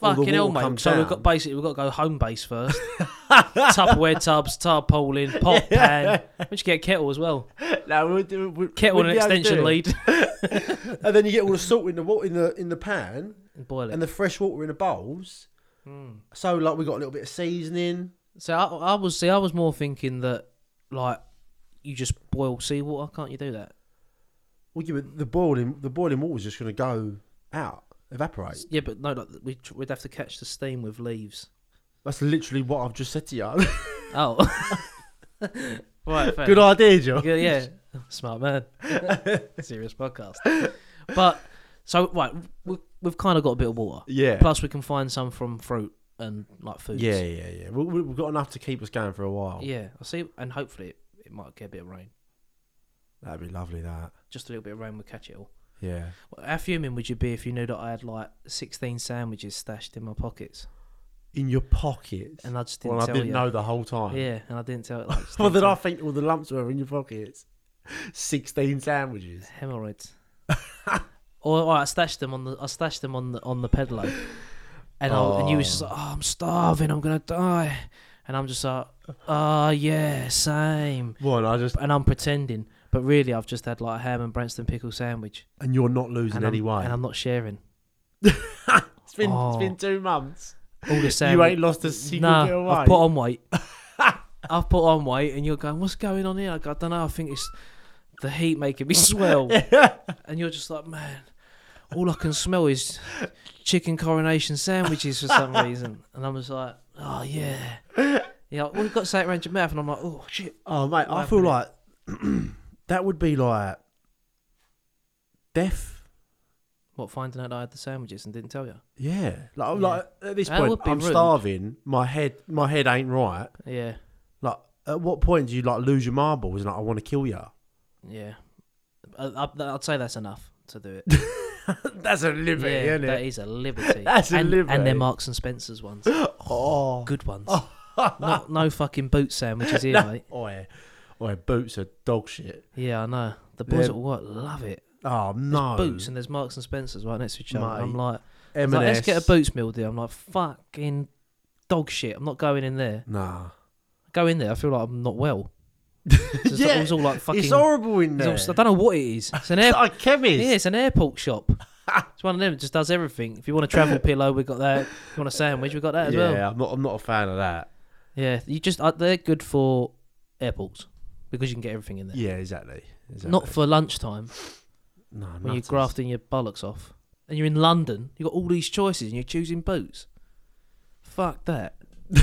Speaker 1: all the
Speaker 2: Fucking hell,
Speaker 1: water
Speaker 2: mate.
Speaker 1: comes
Speaker 2: So we've
Speaker 1: down.
Speaker 2: got basically we've got to go home
Speaker 1: *laughs*
Speaker 2: base first. Tupperware tubs, tarpaulin, pot pan. We should get a kettle as well.
Speaker 1: No, we'll do- we'll-
Speaker 2: Kettle
Speaker 1: we'll
Speaker 2: and
Speaker 1: be
Speaker 2: an
Speaker 1: able to do
Speaker 2: extension
Speaker 1: it. *laughs*
Speaker 2: lead.
Speaker 1: And then you get all the salt in the water in the in the pan
Speaker 2: and boil it.
Speaker 1: and the fresh water in the bowls. Hmm. So like we got a little bit of seasoning.
Speaker 2: So I, I was see, I was more thinking that like you just boil seawater. Can't you do that?
Speaker 1: Well, give it the boiling the boiling water's just going to go out, evaporate.
Speaker 2: Yeah, but no, like we'd, we'd have to catch the steam with leaves.
Speaker 1: That's literally what I've just said to you. *laughs*
Speaker 2: Oh, right, fair.
Speaker 1: Good idea, John.
Speaker 2: Good, yeah, *laughs* smart man. Serious podcast, but so right, we, we've kind of got a bit of water.
Speaker 1: Yeah.
Speaker 2: Plus, we can find some from fruit and like foods.
Speaker 1: yeah, yeah, yeah. We, we- we've got enough to keep us going for a while.
Speaker 2: yeah. I see, and hopefully it, it might get a bit of rain.
Speaker 1: That'd be lovely, that.
Speaker 2: Just a little bit of rain will catch it all.
Speaker 1: Yeah.
Speaker 2: How fuming would you be if you knew that I had like 16 sandwiches stashed in my pockets
Speaker 1: In your pockets.
Speaker 2: and I just didn't
Speaker 1: well, I
Speaker 2: tell
Speaker 1: didn't
Speaker 2: you?
Speaker 1: know the whole time.
Speaker 2: Yeah, and I didn't tell
Speaker 1: *laughs*
Speaker 2: it. Like, just
Speaker 1: Well,
Speaker 2: didn't
Speaker 1: then I
Speaker 2: tell-
Speaker 1: think all the lumps were in your pockets. 16 sandwiches.
Speaker 2: hemorrhoids.
Speaker 1: *laughs*
Speaker 2: or, or I stashed them on the I stashed them on the on the pedalo, and I, and you was just like, oh, I'm starving, I'm gonna die, and I'm just like, oh yeah, same,
Speaker 1: Well, and I just.
Speaker 2: and I'm pretending, but really I've just had like a ham and Branston pickle sandwich,
Speaker 1: And you're not losing
Speaker 2: and
Speaker 1: any
Speaker 2: I'm,
Speaker 1: weight. *laughs*
Speaker 2: and I'm not sharing
Speaker 1: It's been,
Speaker 2: Oh.
Speaker 1: it's been two months.
Speaker 2: all the
Speaker 1: *laughs*
Speaker 2: sandwich.
Speaker 1: You ain't lost a single
Speaker 2: Nah,
Speaker 1: bit of
Speaker 2: I've
Speaker 1: weight.
Speaker 2: put
Speaker 1: *laughs*
Speaker 2: on weight. I've put on weight, and you're going, what's going on here? I, go, I don't know. I think it's the heat making
Speaker 1: *laughs*
Speaker 2: me *laughs* swell. and you're just like, man, all I can smell is chicken coronation sandwiches for
Speaker 1: *laughs*
Speaker 2: some reason. And I was like, oh yeah. Yeah, well, you've got something around your mouth, and I'm like, oh shit.
Speaker 1: Oh mate, I
Speaker 2: What
Speaker 1: feel like *clears throat* that would be like death.
Speaker 2: What finding out I had the sandwiches and didn't tell you?
Speaker 1: Yeah, like, I'm
Speaker 2: Yeah.
Speaker 1: like at this
Speaker 2: That
Speaker 1: point,
Speaker 2: would be
Speaker 1: I'm
Speaker 2: rude.
Speaker 1: starving. My head, my head ain't right.
Speaker 2: Yeah,
Speaker 1: Like, at what point do you like lose your marbles and like I want to kill you?
Speaker 2: yeah. I, I, I'd say that's enough to do
Speaker 1: *laughs*
Speaker 2: it.
Speaker 1: *laughs* That's a liberty,
Speaker 2: yeah,
Speaker 1: isn't
Speaker 2: that
Speaker 1: it?
Speaker 2: is a liberty.
Speaker 1: *laughs* That's a
Speaker 2: and, And
Speaker 1: liberty.
Speaker 2: they're Marks and
Speaker 1: *gasps*
Speaker 2: Spencers ones.
Speaker 1: *laughs* Oh,
Speaker 2: good ones. no, no fucking boot
Speaker 1: *laughs*
Speaker 2: sandwiches here, mate.
Speaker 1: oi, oi, boots are dog shit.
Speaker 2: Yeah, I know. The boys
Speaker 1: They're-
Speaker 2: at work love it.
Speaker 1: Oh no,
Speaker 2: Boots and there's Marks and Spencers right next to each other.
Speaker 1: Mate.
Speaker 2: I'm like,
Speaker 1: M&S.
Speaker 2: like, let's get a boots meal deal. I'm like, fucking dog shit. I'm not going in there.
Speaker 1: Nah,
Speaker 2: Go in there. I feel like I'm
Speaker 1: *laughs*
Speaker 2: not well. So it's, yeah,
Speaker 1: Yeah,
Speaker 2: all, it's all like fucking.
Speaker 1: it's horrible in
Speaker 2: it's
Speaker 1: there.
Speaker 2: all- I don't know what it is. It's an
Speaker 1: *laughs*
Speaker 2: air.
Speaker 1: It's like a chemist.
Speaker 2: yeah, it's an
Speaker 1: *laughs*
Speaker 2: airport shop. It's one of them. It just does everything. If you want a travel pillow, we got that. If you want a sandwich, we got that as
Speaker 1: yeah,
Speaker 2: well.
Speaker 1: I'm not. I'm not a fan of that.
Speaker 2: Yeah, you just uh, they're good for airports because you can get everything in there.
Speaker 1: Yeah, exactly. exactly.
Speaker 2: Not for lunchtime
Speaker 1: no,
Speaker 2: when you're
Speaker 1: nutters.
Speaker 2: grafting your bollocks off, and you're in London. You have got all these choices, and you're choosing boots.
Speaker 1: *laughs*
Speaker 2: Fuck that. I'm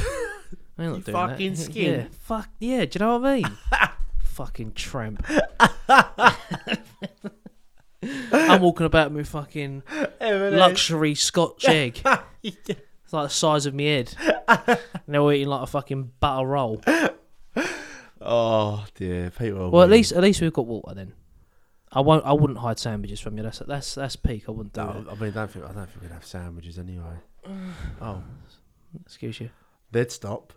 Speaker 2: not
Speaker 1: You
Speaker 2: doing that.
Speaker 1: fucking
Speaker 2: Yeah,
Speaker 1: skin.
Speaker 2: Yeah, fuck yeah. Do you know what
Speaker 1: *laughs*
Speaker 2: I mean? fucking tramp. *laughs* I'm walking about with fucking
Speaker 1: M&S.
Speaker 2: luxury Scotch
Speaker 1: *laughs*
Speaker 2: egg. It's like the size of my head. and they're all eating like a fucking butter roll.
Speaker 1: Oh dear, people.
Speaker 2: Well, at least at least we've got water then. I won't. I wouldn't hide sandwiches from you. That's that's that's peak. I wouldn't do
Speaker 1: No,
Speaker 2: it.
Speaker 1: I mean, I don't think I don't think we'd have sandwiches anyway.
Speaker 2: *sighs*
Speaker 1: oh,
Speaker 2: Excuse you.
Speaker 1: they'd stop.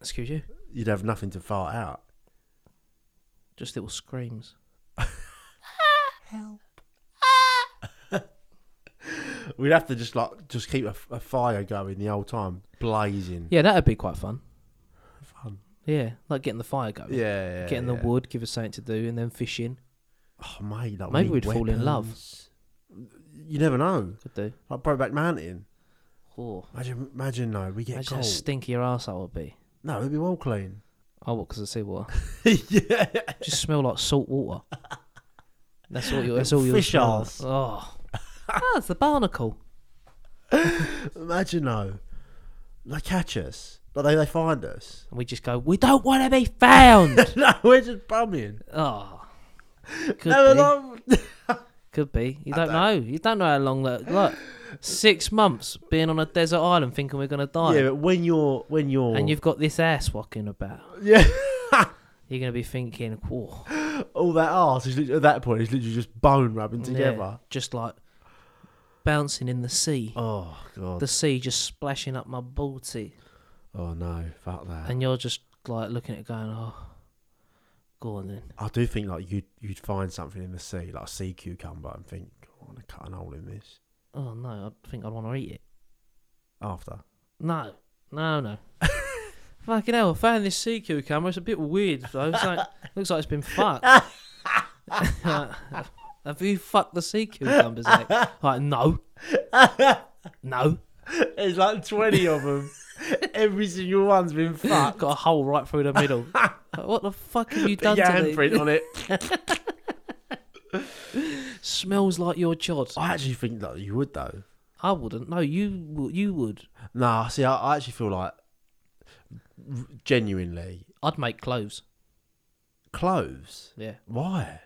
Speaker 2: Excuse you.
Speaker 1: You'd have nothing to fart out.
Speaker 2: Just little screams.
Speaker 1: We'd have to just like just keep a, f- a fire going the whole time, blazing.
Speaker 2: Yeah, that'd be quite fun.
Speaker 1: Fun.
Speaker 2: Yeah, like getting the fire going.
Speaker 1: Yeah, yeah,
Speaker 2: Getting the
Speaker 1: yeah.
Speaker 2: wood, give us something to do, and then fishing.
Speaker 1: Oh, mate, like, we
Speaker 2: Maybe
Speaker 1: need
Speaker 2: we'd fall in love.
Speaker 1: weapons. You never know.
Speaker 2: Could do.
Speaker 1: Like Brokeback Mountain.
Speaker 2: Oh,
Speaker 1: Imagine, imagine though, we get
Speaker 2: imagine
Speaker 1: cold.
Speaker 2: how stinky your arsehole would be.
Speaker 1: no, it'd be well clean.
Speaker 2: Oh, what? Because of seawater.
Speaker 1: *laughs* yeah.
Speaker 2: Just smell like salt water. That's all. You, that's all you.
Speaker 1: Fish arse. *laughs*
Speaker 2: Oh. Ah, it's the barnacle.
Speaker 1: Imagine though, they catch us, like they they find us. *laughs*
Speaker 2: And we just go. We don't want to be found.
Speaker 1: no, we're just bumming.
Speaker 2: oh. Could
Speaker 1: No,
Speaker 2: be.
Speaker 1: no, no.
Speaker 2: Could be. You don't, know. You don't know how long that. Look, six months being on a desert island, thinking we're gonna die,
Speaker 1: Yeah, but when you're when you're
Speaker 2: and you've got this ass walking about.
Speaker 1: yeah,
Speaker 2: *laughs* You're gonna be thinking, whoa,
Speaker 1: all that arse is literally, at that point is literally just bone rubbing
Speaker 2: yeah,
Speaker 1: together.
Speaker 2: just like bouncing in the sea.
Speaker 1: Oh god.
Speaker 2: The sea just splashing up my booty,
Speaker 1: oh no, fuck that.
Speaker 2: and you're just like looking at it, going, oh, go on then.
Speaker 1: I do think like you'd you'd find something in the sea, like a sea cucumber, and think "Oh, I want to cut an hole in this
Speaker 2: Oh no, I think I'd want to eat it.
Speaker 1: after.
Speaker 2: No, no, no. Fucking hell, I found this sea cucumber. It's a bit weird, though. It's like, looks like it's been fucked. *laughs* Have you fucked the sea cucumbers? Like, like no. No.
Speaker 1: There's like twenty of them. Every single one's been fucked.
Speaker 2: Got a hole right through the middle. Like, what the fuck have you done
Speaker 1: Your
Speaker 2: to me?
Speaker 1: handprint on it.
Speaker 2: Smells like your chod.
Speaker 1: I actually think that you would though.
Speaker 2: I wouldn't. No, you w- you would.
Speaker 1: Nah, see, I, I actually feel like r- genuinely
Speaker 2: I'd make clothes.
Speaker 1: clothes.
Speaker 2: Yeah.
Speaker 1: Why?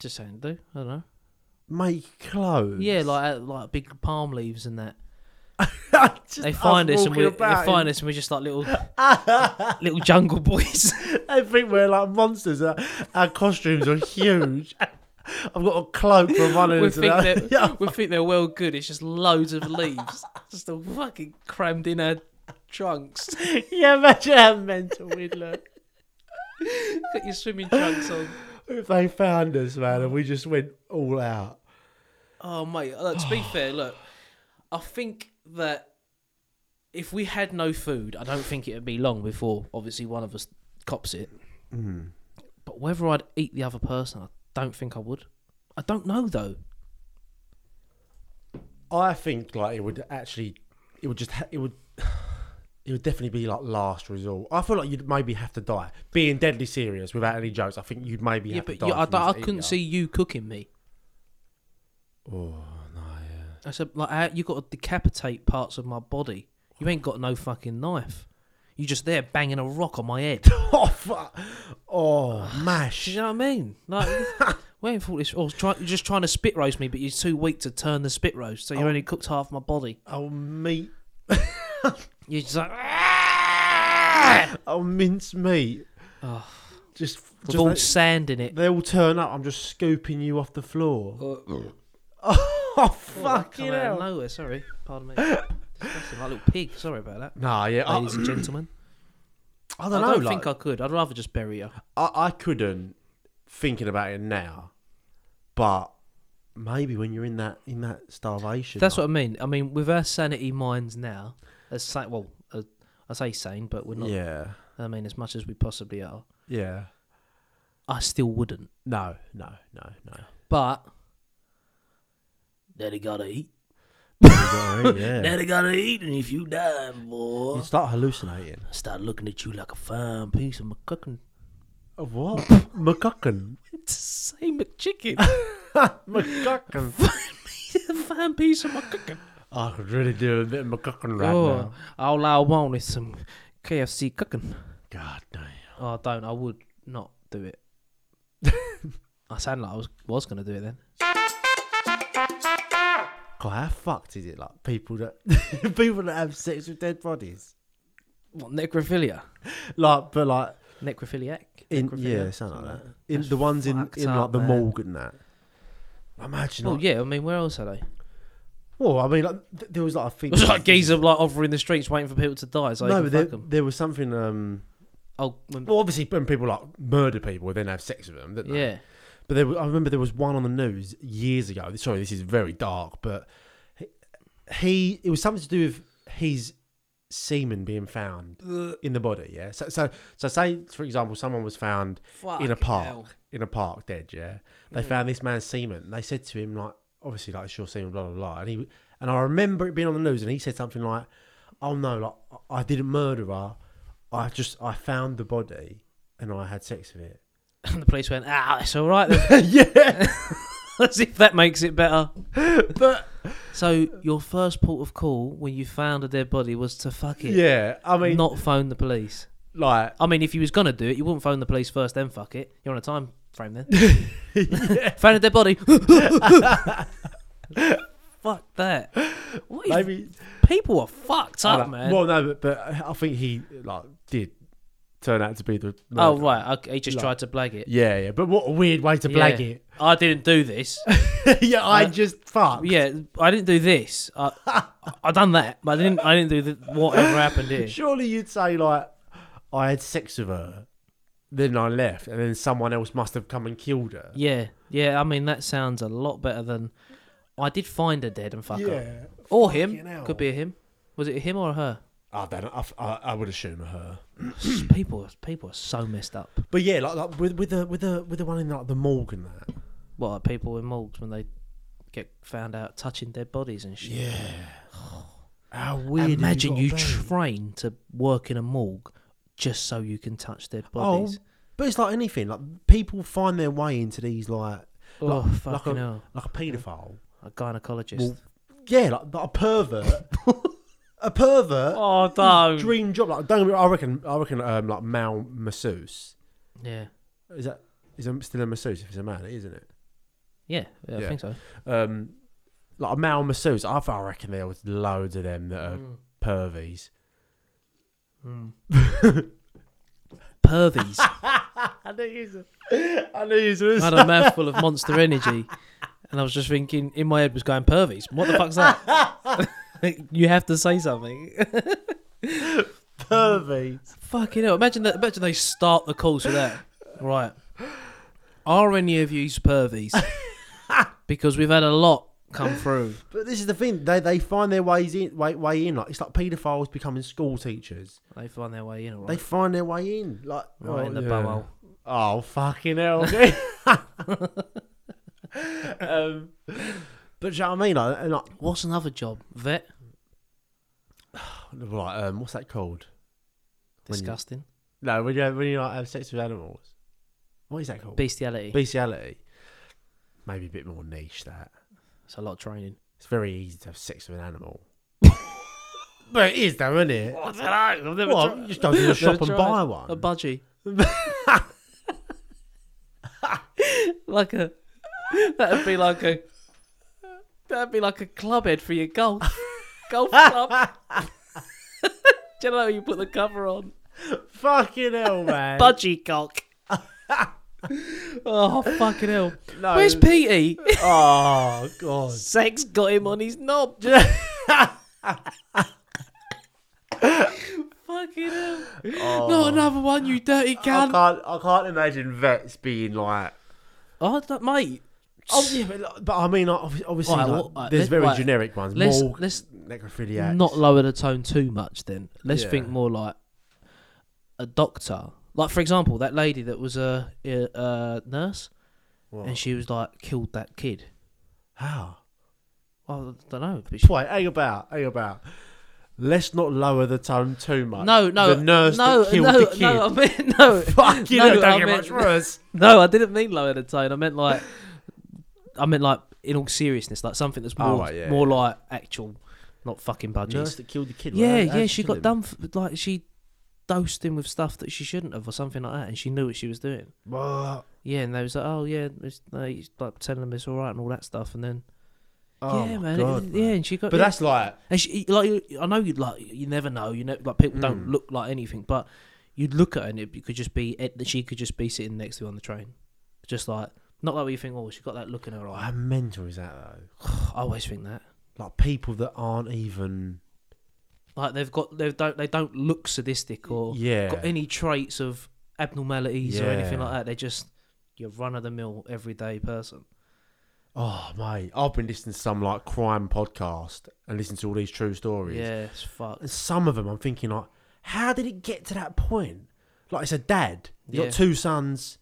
Speaker 2: Just saying, do. I don't know.
Speaker 1: make clothes. *laughs*
Speaker 2: Yeah, like uh, like big palm leaves and that.
Speaker 1: Just
Speaker 2: They
Speaker 1: us
Speaker 2: find us and
Speaker 1: walking
Speaker 2: we
Speaker 1: about
Speaker 2: they find us and we're just
Speaker 1: *laughs*
Speaker 2: like little little jungle boys.
Speaker 1: They think we're like monsters. Our, our costumes are huge. *laughs* I've got a cloak from one
Speaker 2: we
Speaker 1: end to the
Speaker 2: think
Speaker 1: other. Yeah.
Speaker 2: they're we think they're well good. It's just loads of leaves, just all fucking crammed in our trunks.
Speaker 1: *laughs* *laughs* yeah, imagine how mental we'd look
Speaker 2: Put your swimming trunks on.
Speaker 1: if they found us, man, and we just went all out.
Speaker 2: Oh mate,
Speaker 1: *sighs*
Speaker 2: look, to be fair, look, I think that if we had no food, I don't think it would be long before obviously one of us cops it.
Speaker 1: Mm.
Speaker 2: But whether I'd eat the other person, I don't think I would. I don't know though.
Speaker 1: I think like it would actually, it would just, ha- it would, *sighs* it would definitely be like last resort. I feel like you'd maybe have to die. Being deadly serious without any jokes, I think you'd maybe
Speaker 2: Yeah,
Speaker 1: have to
Speaker 2: but
Speaker 1: die.
Speaker 2: you, I,
Speaker 1: if you
Speaker 2: I
Speaker 1: was to eat
Speaker 2: couldn't
Speaker 1: that.
Speaker 2: see you cooking me.
Speaker 1: Oh no, yeah.
Speaker 2: I said, like, how- you got to decapitate parts of my body. You ain't got no fucking knife. You just there banging a rock on my head.
Speaker 1: *laughs* Oh fuck! Oh
Speaker 2: Do
Speaker 1: mash!
Speaker 2: you know what I mean? Like,
Speaker 1: *laughs*
Speaker 2: waiting for all this. Or try, you're just trying to spit roast me, but you're too weak to turn the spit roast, so you only cooked half my body.
Speaker 1: Oh meat!
Speaker 2: You're just like,
Speaker 1: *laughs* Oh mince meat!
Speaker 2: Oh.
Speaker 1: Just,
Speaker 2: with
Speaker 1: just
Speaker 2: all
Speaker 1: like-
Speaker 2: sand in it.
Speaker 1: they all turn up. I'm just scooping you off the floor. *laughs* Oh fuck
Speaker 2: Oh, Come
Speaker 1: you!
Speaker 2: out of nowhere. Sorry, pardon me. Disgusting, like a little pig. Sorry about that,
Speaker 1: Nah, yeah. I,
Speaker 2: ladies and gentlemen.
Speaker 1: *clears throat* I
Speaker 2: I
Speaker 1: don't
Speaker 2: don't,
Speaker 1: know. like,
Speaker 2: think I could. I'd rather just bury you.
Speaker 1: I, I couldn't thinking about it now, but maybe when you're in that in that starvation.
Speaker 2: That's what I mean. I mean, with our sanity minds now, as sa- well, uh, I say sane, but we're not.
Speaker 1: yeah,
Speaker 2: I mean, as much as we possibly are,
Speaker 1: yeah.
Speaker 2: I still wouldn't.
Speaker 1: No, no, no, no.
Speaker 2: But daddy gotta eat.
Speaker 1: yeah.
Speaker 2: *laughs* Daddy gotta eat, and if you die, boy,
Speaker 1: You start hallucinating.
Speaker 2: I start looking at you like a fine piece of McCuckin.
Speaker 1: Of *laughs* what?
Speaker 2: *laughs*
Speaker 1: McCuckin. *laughs*
Speaker 2: Same McChicken. *laughs*
Speaker 1: McCuckin.
Speaker 2: a fine piece of McCuckin.
Speaker 1: I could really do a bit of McCuckin right
Speaker 2: oh,
Speaker 1: now.
Speaker 2: all I want is some KFC cooking.
Speaker 1: God damn.
Speaker 2: Oh, I don't. I would not do it. *laughs* I sound like I was was gonna do it then.
Speaker 1: God, how fucked is it? Like people that *laughs* people that have sex with dead bodies.
Speaker 2: What necrophilia?
Speaker 1: Like, but like
Speaker 2: Necrophiliac?
Speaker 1: in
Speaker 2: Necrophilia?
Speaker 1: yeah, something like that. In
Speaker 2: That's
Speaker 1: the ones in
Speaker 2: fucked
Speaker 1: in
Speaker 2: up,
Speaker 1: like the
Speaker 2: man.
Speaker 1: morgue and that. Imagine.
Speaker 2: Well,
Speaker 1: like-
Speaker 2: Oh, yeah. I mean, where else are they? *laughs*
Speaker 1: Well, I mean, like, th- there was like a thing.
Speaker 2: It was like geese of like offering the streets, waiting for people to die. So
Speaker 1: No,
Speaker 2: no,
Speaker 1: but
Speaker 2: can
Speaker 1: there,
Speaker 2: fuck 'em.
Speaker 1: there was something. Um,
Speaker 2: Oh, when-
Speaker 1: well, obviously, when people like murder people, then have sex with them, didn't they?
Speaker 2: yeah.
Speaker 1: But there, was, I remember there was one on the news years ago. Sorry, this is very dark, but he, he it was something to do with his semen being found in the body. Yeah. So, so, so say for example, someone was found in a park, in a park, dead. Yeah, they
Speaker 2: Mm.
Speaker 1: found this man's semen. They said to him like, obviously, like it's your semen, blah blah blah. And he and I remember it being on the news, and he said something like, "Oh no, like I I didn't murder her. I just I found the body and I had sex with
Speaker 2: *laughs*
Speaker 1: it."
Speaker 2: And the police went, "Ah, it's all right." Then. *laughs*
Speaker 1: yeah,
Speaker 2: As if that makes it better.
Speaker 1: but
Speaker 2: So your first port of call when you found a dead body was to fuck it,
Speaker 1: yeah, I mean,
Speaker 2: not phone the police.
Speaker 1: like
Speaker 2: I mean, if you was gonna do it, you wouldn't phone the police first, then fuck it. You're on a time
Speaker 1: *laughs*
Speaker 2: frame then. found a dead body. *laughs* fuck that. What is-
Speaker 1: maybe
Speaker 2: people are fucked
Speaker 1: I
Speaker 2: up,
Speaker 1: don't-
Speaker 2: man.
Speaker 1: Well, no, but, but I think he like did turn out to be the.
Speaker 2: oh
Speaker 1: murderer.
Speaker 2: right, okay, he just
Speaker 1: Like-
Speaker 2: tried to blag it.
Speaker 1: Yeah, yeah, but what a weird way to blag
Speaker 2: Yeah. I didn't do this.
Speaker 1: it. *laughs* yeah, I
Speaker 2: Uh,
Speaker 1: just fuck.
Speaker 2: Yeah, I didn't do this.
Speaker 1: *laughs*
Speaker 2: I, I- I done that, but I didn't. I didn't do the, whatever
Speaker 1: *laughs*
Speaker 2: happened here.
Speaker 1: Surely you'd say like, I had sex with her, then I left, and then someone else must have come and killed her.
Speaker 2: Yeah, yeah. I mean, that sounds a lot better than I did find her dead and fuck her, or him.
Speaker 1: Fucking hell.
Speaker 2: Could be a him. Was it a him or a
Speaker 1: *clears throat*
Speaker 2: her?
Speaker 1: I don't know. I, I, I would assume her.
Speaker 2: people, people are so messed up.
Speaker 1: But yeah, like, like with with the with the with the one in like the morgue and that.
Speaker 2: What are people in morgues when they get found out touching dead bodies and shit?
Speaker 1: Yeah. How weird. have
Speaker 2: Imagine
Speaker 1: got
Speaker 2: you,
Speaker 1: to be?
Speaker 2: train to work in a morgue just so you can touch dead bodies.
Speaker 1: but it's Oh, like anything. Like people find their way into these like
Speaker 2: Oh,
Speaker 1: like-
Speaker 2: fucking
Speaker 1: like a,
Speaker 2: hell!
Speaker 1: like a paedophile.
Speaker 2: A gynecologist.
Speaker 1: Well, yeah, like, like a pervert.
Speaker 2: *laughs*
Speaker 1: a pervert.
Speaker 2: oh, don't.
Speaker 1: Dream job. Like don't. get me wrong, I reckon. I reckon. Um, like male masseuse.
Speaker 2: yeah.
Speaker 1: Is that is it still a masseuse if it's a man? It is, isn't it?
Speaker 2: Yeah, yeah,
Speaker 1: Yeah.
Speaker 2: I
Speaker 1: *laughs*
Speaker 2: think so.
Speaker 1: Um, like a Mal masseuse, I, I reckon there was loads of them that are
Speaker 2: Mm.
Speaker 1: pervies.
Speaker 2: Pervies.
Speaker 1: I knew you was. I knew you was.
Speaker 2: I had a mouthful of Monster Energy, and I was just thinking in my head was going pervies. What the fuck's that?
Speaker 1: *laughs*
Speaker 2: you have to say something.
Speaker 1: pervies.
Speaker 2: Fucking hell! Imagine that. Imagine they start the calls with that. Right. Are any of you
Speaker 1: *laughs*
Speaker 2: pervies? because we've had a lot come through.
Speaker 1: But this is the thing. They they find their ways in. Way, way in. Like it's like paedophiles becoming school teachers.
Speaker 2: They find their way in, all
Speaker 1: They
Speaker 2: right.
Speaker 1: find their way in. Like
Speaker 2: Right in the
Speaker 1: yeah.
Speaker 2: bumhole.
Speaker 1: Oh fucking
Speaker 2: *laughs*
Speaker 1: hell! um, but do you know what I mean? Like, and like,
Speaker 2: What's another job? Vet.
Speaker 1: like um, what's that called? When you-
Speaker 2: Disgusting.
Speaker 1: No, when you when you like, have sex with animals. What is that called?
Speaker 2: Bestiality.
Speaker 1: Bestiality. Maybe a bit more niche. That
Speaker 2: it's a lot of training.
Speaker 1: it's very easy to have sex with an animal. *laughs* but it is though, isn't it?
Speaker 2: I don't know. I've never
Speaker 1: Well,
Speaker 2: tried-
Speaker 1: you just go to the shop and
Speaker 2: tried.
Speaker 1: buy one.
Speaker 2: A budgie.
Speaker 1: *laughs*
Speaker 2: like a *laughs* that'd be like a that'd be like a club head for your golf golf club. Do you know how you put the cover on?
Speaker 1: Fucking hell, man.
Speaker 2: Budgie cock. oh fucking hell!
Speaker 1: No.
Speaker 2: Where's Petey?
Speaker 1: oh god.
Speaker 2: Sex got him on his knob. fucking hell! Not another one, you dirty
Speaker 1: I
Speaker 2: cunt.
Speaker 1: can't. I can't imagine vets being like.
Speaker 2: Oh, that, mate.
Speaker 1: Oh yeah, but, like- but I mean, like, obvi- obviously,
Speaker 2: Alright,
Speaker 1: like,
Speaker 2: well, alright,
Speaker 1: there's
Speaker 2: let's-
Speaker 1: very
Speaker 2: right.
Speaker 1: generic ones.
Speaker 2: Let's
Speaker 1: Morgue,
Speaker 2: let's
Speaker 1: necrophiliacs.
Speaker 2: not lower the tone too much then. Let's
Speaker 1: Yeah.
Speaker 2: think more like a doctor. Like for example, that lady that was a, a, a nurse,
Speaker 1: What?
Speaker 2: and she was like killed that kid.
Speaker 1: How?
Speaker 2: Well, I don't know. But she,
Speaker 1: Wait, hang about, hang about. Let's not lower the tone too much.
Speaker 2: no, no,
Speaker 1: the nurse
Speaker 2: no,
Speaker 1: that killed
Speaker 2: no,
Speaker 1: the kid.
Speaker 2: no. I meant *laughs* no.
Speaker 1: Fuck you,
Speaker 2: no,
Speaker 1: don't
Speaker 2: I
Speaker 1: get much *laughs*
Speaker 2: meant-
Speaker 1: worse.
Speaker 2: No, I didn't mean lower the tone. I meant like, I meant like in all seriousness, like something that's
Speaker 1: Oh,
Speaker 2: more
Speaker 1: right, yeah,
Speaker 2: more like actual, not fucking budgies.
Speaker 1: Nurse that killed the kid.
Speaker 2: Yeah,
Speaker 1: right? How-
Speaker 2: yeah,
Speaker 1: how
Speaker 2: she
Speaker 1: did
Speaker 2: got
Speaker 1: him?
Speaker 2: done for, like she dosed him with stuff that she shouldn't have or something like that, and she knew what she was doing.
Speaker 1: What?
Speaker 2: Yeah, and they was like, oh yeah, it's, like, he's, like telling him it's all right and all that stuff, and then
Speaker 1: Oh
Speaker 2: yeah,
Speaker 1: my
Speaker 2: man, it-
Speaker 1: God,
Speaker 2: it-
Speaker 1: man.
Speaker 2: yeah, and she got
Speaker 1: But
Speaker 2: yeah.
Speaker 1: that's like
Speaker 2: and she, like I know you like you never know, you know, like people
Speaker 1: Mm.
Speaker 2: don't look like anything, but you'd look at her and it could just be it, she could just be sitting next to you on the train, just like not like what you think. Oh, she got that look in her eye.
Speaker 1: how mental is that though?
Speaker 2: I always think that.
Speaker 1: Like people that aren't even.
Speaker 2: Like they've got they don't they don't look sadistic or
Speaker 1: Yeah.
Speaker 2: got any traits of abnormalities or anything
Speaker 1: Yeah.
Speaker 2: like that. They're just your run of the mill everyday person.
Speaker 1: Oh mate, I've been listening to some like crime podcast and listening to all these true stories.
Speaker 2: Yeah, it's fucked.
Speaker 1: And some of them, I'm thinking like, how did it get to that point? Like it's a dad, you
Speaker 2: Yeah.
Speaker 1: got two sons,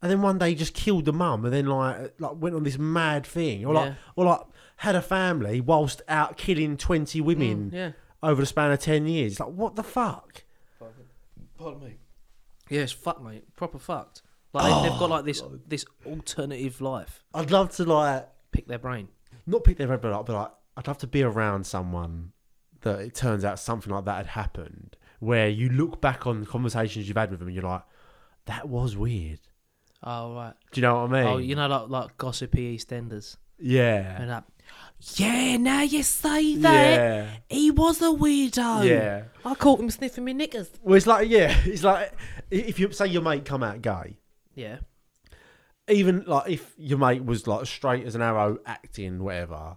Speaker 1: and then one day he just killed the mum, and then like uh, like went on this mad thing, or like
Speaker 2: Yeah.
Speaker 1: or like had a family whilst out killing twenty women
Speaker 2: Yeah.
Speaker 1: over the span of ten years. Like what the fuck?
Speaker 2: Yeah, it's fucked, mate. Proper fucked. Like they- they've got
Speaker 1: Oh,
Speaker 2: like this this alternative life.
Speaker 1: I'd love to like
Speaker 2: Pick their brain.
Speaker 1: not pick their red blood up, but like, I'd love to be around someone that it turns out something like that had happened, where you look back on the conversations you've had with them and you're like, that was weird.
Speaker 2: Oh right.
Speaker 1: Do you know what I mean?
Speaker 2: Oh, you know like like gossipy EastEnders
Speaker 1: yeah.
Speaker 2: and that. Yeah, now you say that
Speaker 1: Yeah.
Speaker 2: he was a weirdo.
Speaker 1: Yeah.
Speaker 2: I caught him sniffing me knickers.
Speaker 1: Well, it's like, yeah, *laughs* it's like, i- if you say your mate come out gay,
Speaker 2: Yeah.
Speaker 1: even like if your mate was like straight as an arrow acting, whatever,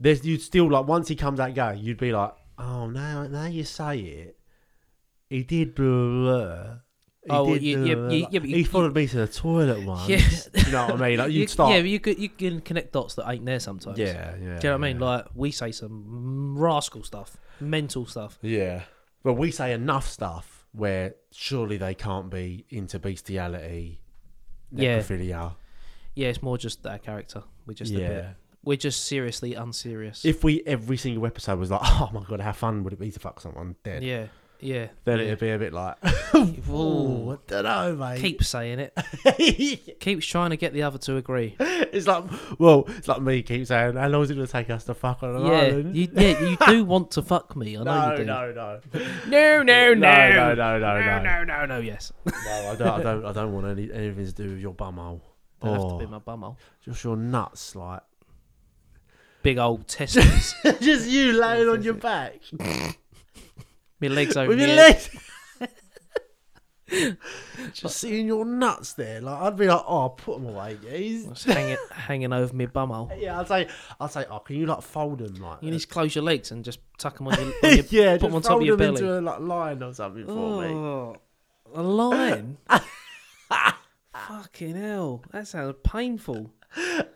Speaker 1: there's, you'd still like, once he comes out gay, you'd be like, oh, now, now you say it, he did blah, blah, blah. He
Speaker 2: Oh, well,
Speaker 1: did
Speaker 2: you-
Speaker 1: blah,
Speaker 2: you-
Speaker 1: blah,
Speaker 2: you-
Speaker 1: blah.
Speaker 2: yeah, but you-
Speaker 1: he followed me to the toilet once.
Speaker 2: *laughs* Yeah.
Speaker 1: You know what I mean? Like, you'd
Speaker 2: You-
Speaker 1: start.
Speaker 2: *laughs* Yeah, but you could you can connect dots that ain't there sometimes.
Speaker 1: yeah, yeah.
Speaker 2: Do you know what I mean? Like we say some rascal stuff, mental stuff.
Speaker 1: Yeah. But we say enough stuff where surely they can't be into bestiality,
Speaker 2: Yeah.
Speaker 1: necrophilia.
Speaker 2: Yeah, it's more just that character. We're just a bit,
Speaker 1: Yeah.
Speaker 2: we're just seriously unserious.
Speaker 1: If we every single episode was like, *laughs* oh my god, how fun would it be to fuck someone dead?
Speaker 2: yeah, yeah.
Speaker 1: Then
Speaker 2: yeah.
Speaker 1: it'd be a bit like, *laughs*
Speaker 2: Ooh.
Speaker 1: ooh, I don't know, mate.
Speaker 2: keeps saying it. Keeps trying to get the other to agree.
Speaker 1: *laughs* it's like, well, it's like me keep saying, how long is it going to take us to fuck on an
Speaker 2: Yeah,
Speaker 1: island?
Speaker 2: you, yeah. You do want to fuck me. I know
Speaker 1: no,
Speaker 2: you do.
Speaker 1: no, no,
Speaker 2: *laughs* no,
Speaker 1: no,
Speaker 2: no,
Speaker 1: no, no, no,
Speaker 2: no,
Speaker 1: no,
Speaker 2: no, no, no, Yes. *laughs*
Speaker 1: No, I don't, I don't, I don't want any, anything to do with your bumhole.
Speaker 2: They have to
Speaker 1: Oh.
Speaker 2: be my bumhole.
Speaker 1: Just your nuts,
Speaker 2: *laughs*
Speaker 1: like *laughs*
Speaker 2: Big old testes.
Speaker 1: just you laying on your back
Speaker 2: my legs over
Speaker 1: with your
Speaker 2: here.
Speaker 1: legs. *laughs* just seeing your nuts there, like I'd be like, oh, put them away, guys.
Speaker 2: Just hanging, hanging over my bumhole.
Speaker 1: Yeah, I'd say, I'd say, oh, can you like fold them, like? uh,
Speaker 2: You need to close your legs and just tuck them on
Speaker 1: *laughs*
Speaker 2: your, on your
Speaker 1: yeah,
Speaker 2: put them on
Speaker 1: just
Speaker 2: top
Speaker 1: fold
Speaker 2: of your
Speaker 1: them
Speaker 2: belly.
Speaker 1: into a like, line or something for me.
Speaker 2: Oh,
Speaker 1: *laughs*
Speaker 2: a line. Fucking hell, that sounds painful.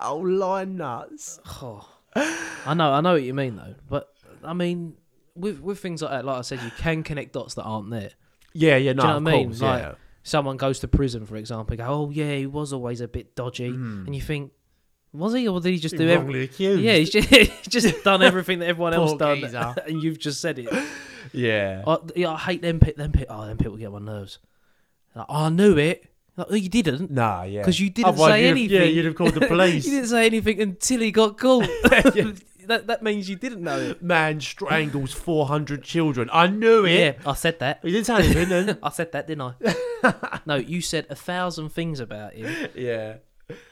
Speaker 1: Oh, line nuts.
Speaker 2: Oh. I know, I know what you mean though, but I mean, with with things like that, like I said, you can connect dots that aren't there.
Speaker 1: Yeah, yeah, no,
Speaker 2: Do you know
Speaker 1: Ah, of
Speaker 2: what I mean?
Speaker 1: course,
Speaker 2: like,
Speaker 1: yeah.
Speaker 2: someone goes to prison, for example, go, oh yeah, he was always a bit dodgy, and you think, was he, or did he just do everything?
Speaker 1: Hmm. wrongly accused.
Speaker 2: Yeah, he's just, *laughs* he's just done everything that everyone
Speaker 1: *laughs*
Speaker 2: else
Speaker 1: Poor
Speaker 2: done,
Speaker 1: geezer.
Speaker 2: *laughs* and you've just said it.
Speaker 1: yeah.
Speaker 2: I, yeah, I hate them. Pe- them. Pe- oh, them people get on my nerves. Like, oh, I knew it. Like, no, you didn't.
Speaker 1: Nah, yeah.
Speaker 2: 'Cause you didn't
Speaker 1: Otherwise
Speaker 2: say
Speaker 1: you'd have- Yeah,
Speaker 2: anything.
Speaker 1: you'd have
Speaker 2: *laughs*
Speaker 1: called the
Speaker 2: You
Speaker 1: police.
Speaker 2: didn't say anything until he got caught.
Speaker 1: *laughs*
Speaker 2: *laughs* that that means you didn't know it.
Speaker 1: Man strangles 400 children. I knew it.
Speaker 2: *laughs* Yeah, I
Speaker 1: *laughs*
Speaker 2: said that.
Speaker 1: You didn't say anything then.
Speaker 2: I said that, didn't
Speaker 1: *laughs*
Speaker 2: I? no, you said a thousand things about him,
Speaker 1: yeah.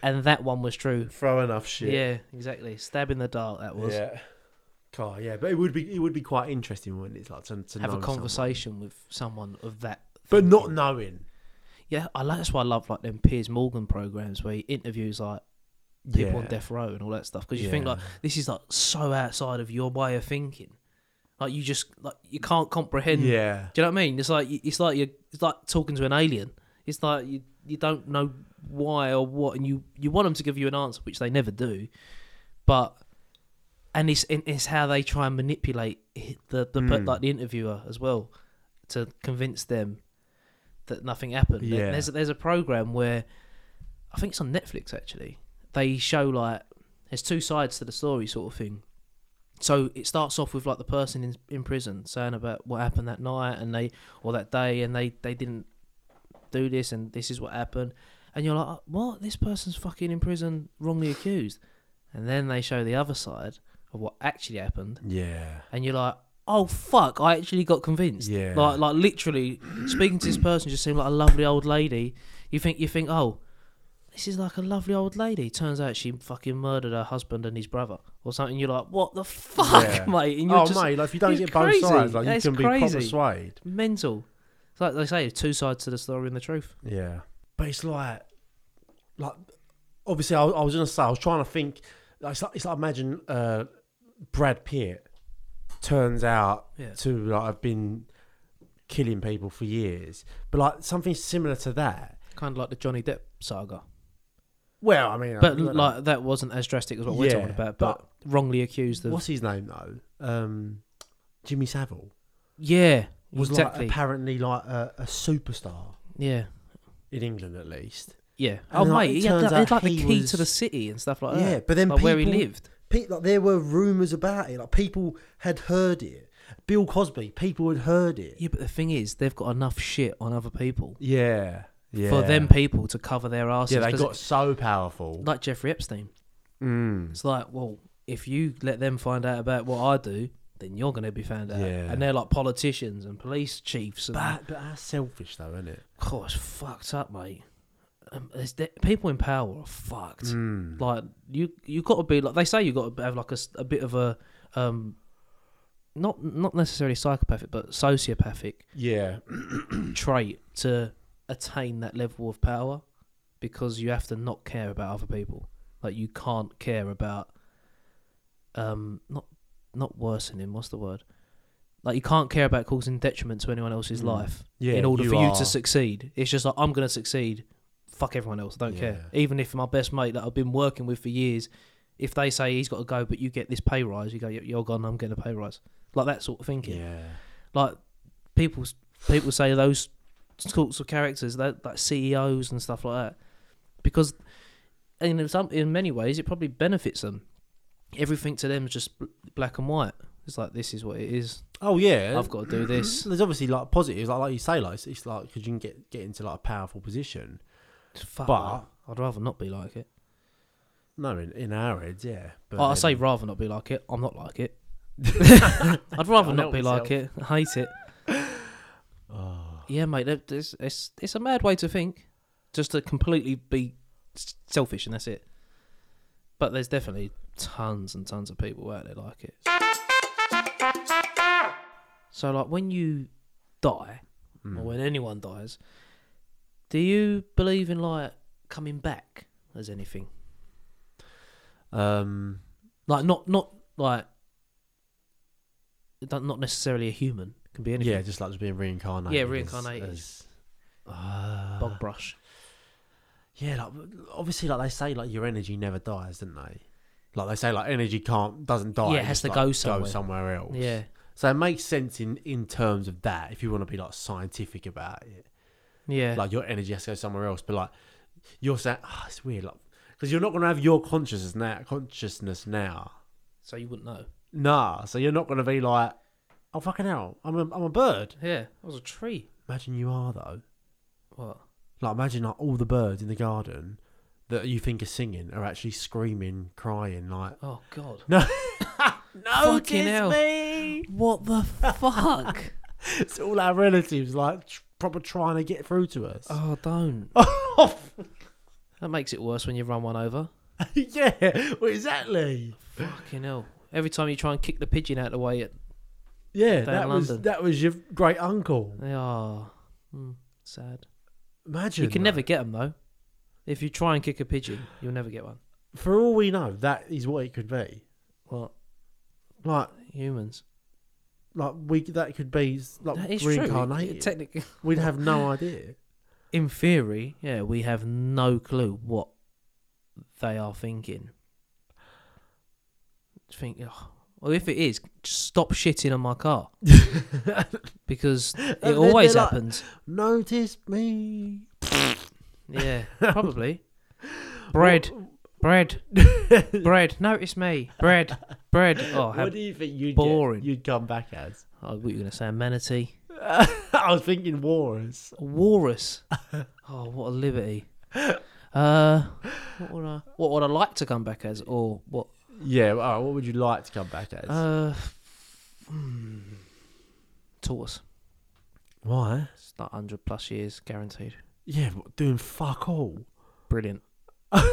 Speaker 2: and that one was true.
Speaker 1: Throw enough shit.
Speaker 2: Yeah, exactly. Stab in the dark. That was.
Speaker 1: Yeah. God, yeah, but it would be it would be quite interesting when it's like to, to
Speaker 2: Have
Speaker 1: know someone.
Speaker 2: a conversation with someone of that.
Speaker 1: but not knowing.
Speaker 2: Yeah, I like. That's why I love like them Piers Morgan programs where he interviews like people
Speaker 1: yeah,
Speaker 2: on death row and all that stuff because you think
Speaker 1: Yeah.
Speaker 2: like this is like so outside of your way of thinking like you just like you can't comprehend
Speaker 1: yeah,
Speaker 2: do you know what i mean it's like you- it's like you're it's like talking to an alien it's like you you don't know why or what and you you want them to give you an answer which they never do but and it's and it's how they try and manipulate hi- the the per-
Speaker 1: Mm.
Speaker 2: like the interviewer as well to convince them that nothing happened And
Speaker 1: Yeah.
Speaker 2: there's there's a program where i think it's on netflix actually they show like there's two sides to the story sort of thing so it starts off with like the person in, in prison saying about what happened that night and they or that day and they they didn't do this and this is what happened and you're like what this person's fucking in prison wrongly accused and then they show the other side of what actually happened
Speaker 1: yeah,
Speaker 2: and you're like oh fuck i actually got convinced
Speaker 1: Yeah.
Speaker 2: like like literally speaking to this person just seemed like a lovely old lady you think you think oh this is like a lovely old lady. Turns out she fucking murdered her husband and his brother or something. You're like, what the fuck,
Speaker 1: Yeah.
Speaker 2: *laughs* mate? And you're
Speaker 1: Oh
Speaker 2: just
Speaker 1: mate, like if you don't
Speaker 2: it's
Speaker 1: get
Speaker 2: crazy.
Speaker 1: both sides, like
Speaker 2: Yeah,
Speaker 1: you
Speaker 2: it's
Speaker 1: can be proper
Speaker 2: crazy.
Speaker 1: swayed.
Speaker 2: mental. It's like they say, two sides to the story and the truth.
Speaker 1: Yeah, but it's like, like obviously I, I was gonna say I was trying to think. Like, it's like, it's like imagine uh, Brad Pitt turns out
Speaker 2: Yeah.
Speaker 1: to like have been killing people for years, but like something similar to that.
Speaker 2: Kind of like the Johnny Depp saga.
Speaker 1: Well, I mean, I
Speaker 2: But
Speaker 1: don't know.
Speaker 2: like that wasn't as drastic as what we're
Speaker 1: Yeah,
Speaker 2: talking about, but, wrongly accused of.
Speaker 1: what's his name though? Um, Jimmy Savile
Speaker 2: Yeah,
Speaker 1: was
Speaker 2: exactly.
Speaker 1: like apparently like a, a superstar
Speaker 2: yeah.
Speaker 1: in England at least.
Speaker 2: Yeah.
Speaker 1: And
Speaker 2: oh,
Speaker 1: then, like,
Speaker 2: mate,
Speaker 1: it
Speaker 2: yeah,
Speaker 1: turns
Speaker 2: that, it's
Speaker 1: out
Speaker 2: like the
Speaker 1: he
Speaker 2: key
Speaker 1: was-
Speaker 2: to the city and stuff like
Speaker 1: yeah,
Speaker 2: that.
Speaker 1: but then
Speaker 2: like where he
Speaker 1: people-
Speaker 2: lived.
Speaker 1: Pe- like there were rumors about it. Like people had heard it. Bill Cosby, people had heard it.
Speaker 2: Yeah, but the thing is, they've got enough shit on other people
Speaker 1: Yeah. Yeah.
Speaker 2: for them people to cover their asses.
Speaker 1: Yeah, they
Speaker 2: 'cause
Speaker 1: got
Speaker 2: it-
Speaker 1: so powerful.
Speaker 2: like Jeffrey Epstein.
Speaker 1: mm.
Speaker 2: It's like, well, if you let them find out about what I do, then you're going to be found out.
Speaker 1: Yeah.
Speaker 2: And they're like politicians and police chiefs. And
Speaker 1: But, but that's selfish, though, isn't it?
Speaker 2: Oh, it's fucked up, mate. Um, it's de- people in power are fucked.
Speaker 1: Mm.
Speaker 2: Like you, you got to be like they say. You got to have like a, s- a bit of a, um, not not necessarily psychopathic, but sociopathic
Speaker 1: Yeah. Hmm.
Speaker 2: trait to attain that level of power, because you have to not care about other people. Like you can't care about, um, not not worsening. What's the word? Like you can't care about causing detriment to anyone else's
Speaker 1: Mm.
Speaker 2: life
Speaker 1: Yeah.
Speaker 2: in order for you
Speaker 1: are-
Speaker 2: to succeed. It's just like I'm going to succeed. Fuck everyone else. I don't care.
Speaker 1: Yeah.
Speaker 2: Even if my best mate that I've been working with for years, if they say he's got to go, but you get this pay rise, you go, "Yep, you're gone. I'm getting a pay rise. Like that sort of thinking.
Speaker 1: Yeah.
Speaker 2: Like people, people say those sorts of characters, that like CEOs and stuff like that, because in some, in many ways, it probably benefits them. Everything to them is just bl- black and white. It's like this is what it is.
Speaker 1: Oh, yeah.
Speaker 2: I've got to do this.
Speaker 1: *clears throat* There's obviously like positives, like, like you say, like it's, it's like because you can get get into like a powerful position.
Speaker 2: Fuck,
Speaker 1: But-
Speaker 2: mate. I'd rather not be like it.
Speaker 1: No, in, in our heads, yeah. But
Speaker 2: Oh, I I
Speaker 1: then-
Speaker 2: say rather not be like it. I'm not like it. I'd rather
Speaker 1: Can't
Speaker 2: not
Speaker 1: help
Speaker 2: be like it. I hate it.
Speaker 1: Oh.
Speaker 2: Yeah, mate. that- It's, it's it's a mad way to think, just to completely be s- selfish and that's it. But there's definitely tons and tons of people out there like it. So like when you die, or when anyone dies, do you believe in like coming back as anything?
Speaker 1: Um,
Speaker 2: Like not not like not not necessarily a human. Can be anything.
Speaker 1: yeah, just like just being reincarnated.
Speaker 2: Yeah,
Speaker 1: as-
Speaker 2: reincarnated.
Speaker 1: as- Ah.
Speaker 2: Bog brush.
Speaker 1: Yeah, like obviously, like they say, like your energy never dies, don't they? Like they say, like energy can't doesn't die.
Speaker 2: Yeah, it has
Speaker 1: just,
Speaker 2: to
Speaker 1: like,
Speaker 2: go somewhere.
Speaker 1: else.
Speaker 2: Yeah.
Speaker 1: So it makes sense in in terms of that. If you want to be like scientific about it,
Speaker 2: Yeah.
Speaker 1: like your energy has to go somewhere else. But like you're saying, oh, it's weird, like because you're not going to have your consciousness now. Consciousness now,
Speaker 2: so you wouldn't know.
Speaker 1: nah. So you're not going to be like, oh fucking hell, I'm a, I'm a bird.
Speaker 2: Yeah. I was a tree.
Speaker 1: Imagine you are though.
Speaker 2: What?
Speaker 1: Like imagine like all the birds in the garden that you think are singing are actually screaming, crying, like.
Speaker 2: Oh *laughs* god.
Speaker 1: No,
Speaker 2: Fucking hell.
Speaker 1: me.
Speaker 2: What the fuck?
Speaker 1: *laughs* It's all our relatives, like tr- proper trying to get through to us. *laughs* Oh,
Speaker 2: oh, don't. That makes it worse when you run one over.
Speaker 1: yeah, well, exactly.
Speaker 2: Fucking hell. Every time you try and kick the pigeon out of the way, it.
Speaker 1: Yeah,
Speaker 2: Down
Speaker 1: that was
Speaker 2: London.
Speaker 1: that was your great uncle.
Speaker 2: They are. Mm, sad.
Speaker 1: Imagine
Speaker 2: You can
Speaker 1: though.
Speaker 2: never get them, though. If you try and kick a pigeon, you'll never get one.
Speaker 1: For all we know, that is what it could be.
Speaker 2: What?
Speaker 1: Like,
Speaker 2: Humans.
Speaker 1: like we that could be like
Speaker 2: That is
Speaker 1: reincarnated.
Speaker 2: true. Technically,
Speaker 1: We'd have
Speaker 2: *laughs*
Speaker 1: no idea.
Speaker 2: in theory, yeah, we have no clue what they are thinking. Think, oh, well, if it is, just stop shitting on
Speaker 1: *laughs*
Speaker 2: my car because it
Speaker 1: they're-
Speaker 2: always
Speaker 1: they're like-
Speaker 2: happens.
Speaker 1: Notice me.
Speaker 2: Yeah, probably.
Speaker 1: *laughs*
Speaker 2: Bread, bread, bread. Notice me, bread,
Speaker 1: *laughs*
Speaker 2: bread. Oh,
Speaker 1: What
Speaker 2: how,
Speaker 1: do you think you'd get-
Speaker 2: boring.
Speaker 1: you'd come back as?
Speaker 2: oh what are you gonna say? A manatee,
Speaker 1: *laughs* I was thinking wars. *laughs*
Speaker 2: a walrus. Oh, what a liberty. Uh, what would I? What would I like to come back as, or what?
Speaker 1: Yeah. All right, what would you like to come back as?
Speaker 2: Uh, hmm, tortoise.
Speaker 1: Why?
Speaker 2: It's like hundred plus years guaranteed.
Speaker 1: Yeah, but doing fuck all.
Speaker 2: Brilliant.
Speaker 1: *laughs*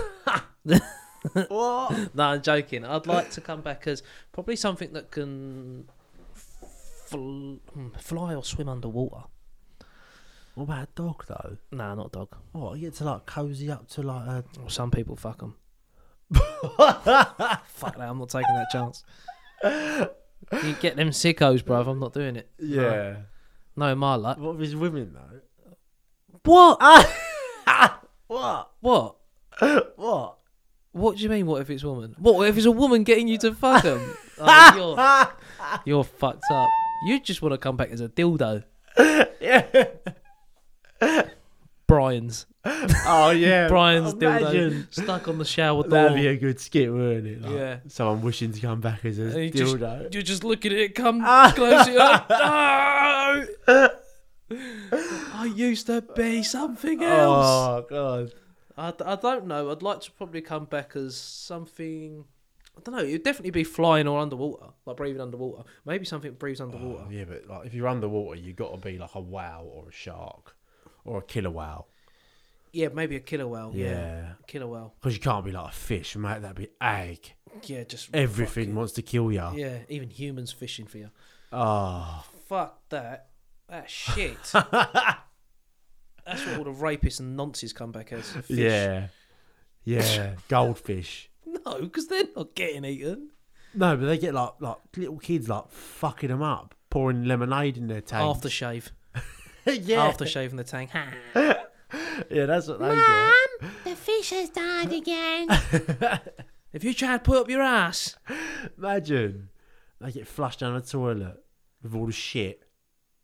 Speaker 1: What?
Speaker 2: *coughs* No, I'm joking. I'd like to come back as probably something that can fl- hmm, fly or swim underwater.
Speaker 1: what about a dog though?
Speaker 2: Nah, not a dog.
Speaker 1: What? You get to like cozy up to like a.
Speaker 2: Well, some people fuck *laughs* them. fuck that. I'm not taking that chance. You get them sickos, bruv. I'm not doing it.
Speaker 1: Yeah.
Speaker 2: No, my luck.
Speaker 1: What if it's women though?
Speaker 2: What?
Speaker 1: *laughs* What?
Speaker 2: What?
Speaker 1: What?
Speaker 2: What do you mean? What if it's a woman? What if it's a woman getting you to fuck them? Oh, you're, you're fucked up. You just want to come back as a dildo,
Speaker 1: *laughs* Yeah.
Speaker 2: Brian's,
Speaker 1: Oh yeah.
Speaker 2: Brian's
Speaker 1: Imagine.
Speaker 2: dildo, stuck on the shower
Speaker 1: *laughs*
Speaker 2: door.
Speaker 1: That'd be a good skit, wouldn't it? Like,
Speaker 2: Yeah.
Speaker 1: Someone wishing to come back as a
Speaker 2: And you
Speaker 1: *laughs*
Speaker 2: just-
Speaker 1: dildo. Ah.
Speaker 2: You're just looking at it come
Speaker 1: *laughs*
Speaker 2: closer. up. No! I used to be something else.
Speaker 1: Oh god.
Speaker 2: I, d- I don't know. I'd like to probably come back as something. I don't know. It'd definitely be flying or underwater, like breathing underwater. Maybe something breathes underwater.
Speaker 1: Oh, yeah, but like if you're underwater, you got to be like a whale or a shark or a killer whale.
Speaker 2: Yeah, maybe a killer whale.
Speaker 1: Yeah.
Speaker 2: Killer whale.
Speaker 1: Because you can't be like a fish, mate. That'd be ag.
Speaker 2: Yeah, just
Speaker 1: Everything wants to kill you.
Speaker 2: fuck- yeah, even humans fishing for you.
Speaker 1: Oh.
Speaker 2: Fuck that. That *laughs* shit. That's what all the rapists and nonces come back as. Fish.
Speaker 1: Yeah. Yeah. *laughs* Goldfish.
Speaker 2: No, because they're not getting eaten.
Speaker 1: No, but they get like like little kids like fucking them up, pouring lemonade in their tank.
Speaker 2: Aftershave.
Speaker 1: *laughs* yeah.
Speaker 2: Aftershave in the tank. *laughs*
Speaker 1: Yeah, that's what they get.
Speaker 3: The fish has died again.
Speaker 2: if you try to put up your ass,
Speaker 1: Imagine. They get flushed down the toilet with all the shit.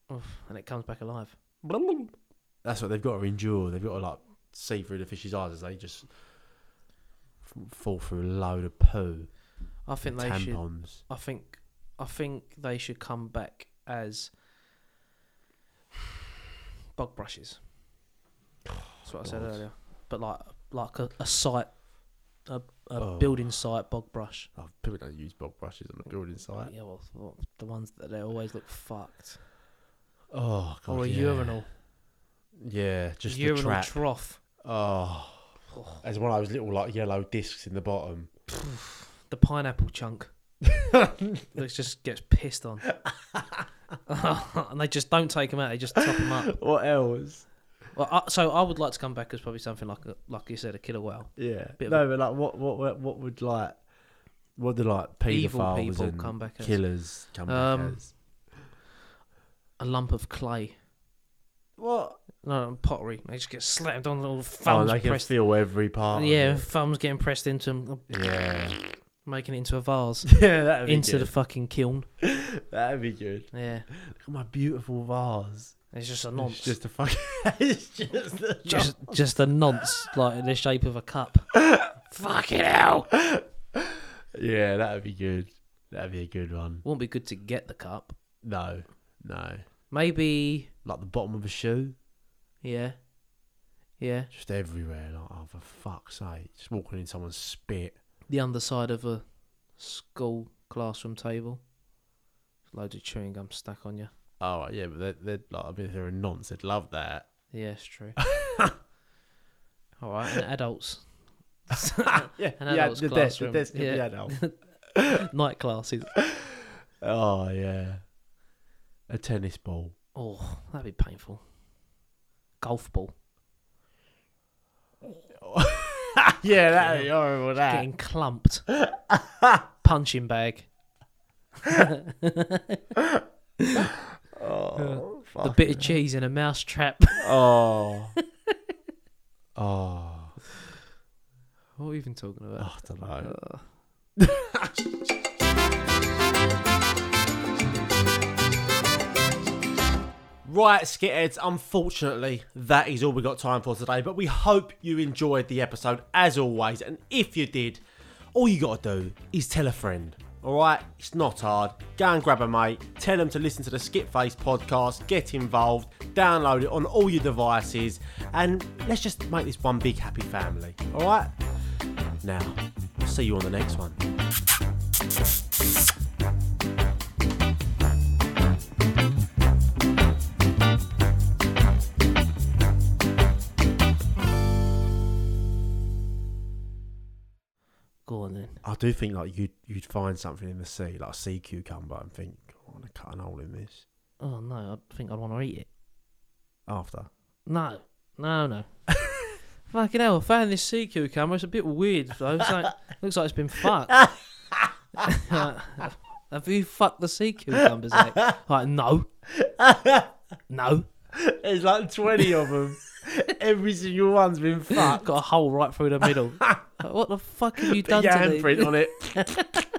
Speaker 2: and it comes back alive.
Speaker 1: That's what they've got to endure. They've got to like see through the fish's eyes as they just f- fall through a load of poo,
Speaker 2: I think they should.
Speaker 1: tampons.
Speaker 2: I think I think they should come back as bug brushes. That's what I said
Speaker 1: God.
Speaker 2: earlier. But like like a, a site, a, a
Speaker 1: Oh.
Speaker 2: building site bog brush.
Speaker 1: Oh, people don't use bog brushes on the building site.
Speaker 2: Yeah, well, well, the ones that they always look fucked.
Speaker 1: Oh god.
Speaker 2: or a
Speaker 1: yeah.
Speaker 2: urinal,
Speaker 1: Yeah, just the
Speaker 2: urinal
Speaker 1: trap.
Speaker 2: trough.
Speaker 1: oh. as one of those little like yellow discs in the bottom.
Speaker 2: The pineapple chunk.
Speaker 1: *laughs*
Speaker 2: that just gets pissed on. *laughs* and they just don't take them out. They just top them up.
Speaker 1: What else?
Speaker 2: Well, I, so I would like to come back as probably something like, a, like you said, a killer whale.
Speaker 1: Yeah.
Speaker 2: Bit of
Speaker 1: no, but like what what what, what would like what do like
Speaker 2: Evil
Speaker 1: paedophiles
Speaker 2: people
Speaker 1: and
Speaker 2: come back as.
Speaker 1: killers come back
Speaker 2: Um,
Speaker 1: as?
Speaker 2: A lump of clay.
Speaker 1: What?
Speaker 2: No, pottery. They just get slammed on little
Speaker 1: Oh,
Speaker 2: thumbs
Speaker 1: they Oh, can
Speaker 2: pressed.
Speaker 1: feel every part. of
Speaker 2: yeah,
Speaker 1: it.
Speaker 2: thumbs getting pressed into them,
Speaker 1: Yeah.
Speaker 2: making it into
Speaker 1: *laughs*
Speaker 2: a vase.
Speaker 1: Yeah, that'd be
Speaker 2: into the
Speaker 1: good.
Speaker 2: fucking kiln.
Speaker 1: That'd be good.
Speaker 2: Yeah.
Speaker 1: Look at my beautiful vase.
Speaker 2: It's just a
Speaker 1: It's
Speaker 2: nonce. Just,
Speaker 1: just a fucking. *laughs* it's just a
Speaker 2: just, a nonce, like in the shape of a cup. fucking hell.
Speaker 1: *laughs* Yeah, that'd be good. That'd be a good one.
Speaker 2: Won't be good to get the cup.
Speaker 1: No, no.
Speaker 2: Maybe,
Speaker 1: Like the bottom of a shoe,
Speaker 2: yeah. Yeah.
Speaker 1: just everywhere. Like, oh, for fuck's sake. Just walking in someone's spit.
Speaker 2: The underside of a school classroom table. Loads of chewing gum stuck on you.
Speaker 1: Oh, right, yeah, but they're, they're like, I mean, if they're a nonce, they'd love that.
Speaker 2: Yeah,
Speaker 1: *laughs*
Speaker 2: it's true. All right, and adults.
Speaker 1: Yeah,
Speaker 2: An adult's
Speaker 1: the desk-
Speaker 2: classroom.
Speaker 1: The desk could be
Speaker 2: Yeah.
Speaker 1: adult.
Speaker 2: *laughs* Night classes.
Speaker 1: oh, yeah. A tennis
Speaker 2: *laughs*
Speaker 1: ball.
Speaker 2: Oh, that'd be painful. Golf ball.
Speaker 1: yeah, that'd be horrible, that. *laughs*
Speaker 2: Getting clumped. Punching bag.
Speaker 1: Oh,
Speaker 2: uh, The
Speaker 1: fuck.
Speaker 2: bit of cheese in a mouse trap.
Speaker 1: oh. oh.
Speaker 2: *laughs* what are we even talking
Speaker 1: Oh,
Speaker 2: about?
Speaker 1: I don't know. Right, skitheads, unfortunately, that is all we got time for today, but we hope you enjoyed the episode as always. And if you did, all you gotta do is tell a friend. Alright, it's not hard. Go and grab a mate, tell them to listen to the Skitface podcast, get involved, download it on all your devices, and let's just make this one big happy family. Alright? Now, I'll see you on the next one.
Speaker 2: Go on then.
Speaker 1: I do think like you'd you'd find something in the sea, like a sea cucumber, and think I want to cut an hole in this
Speaker 2: Oh no, I think I'd want to eat it.
Speaker 1: after.
Speaker 2: No, no, no. *laughs* Fucking hell, I found this sea cucumber. It's a bit weird though. It's like, looks like it's been fucked. Have you fucked the sea cucumbers? Nick? Like, no. No.
Speaker 1: There's like twenty of *laughs* them. Every single one's been fucked.
Speaker 2: Got a hole right through the middle. Like, what the fuck have you done
Speaker 1: Big
Speaker 2: to me?
Speaker 1: handprint on it.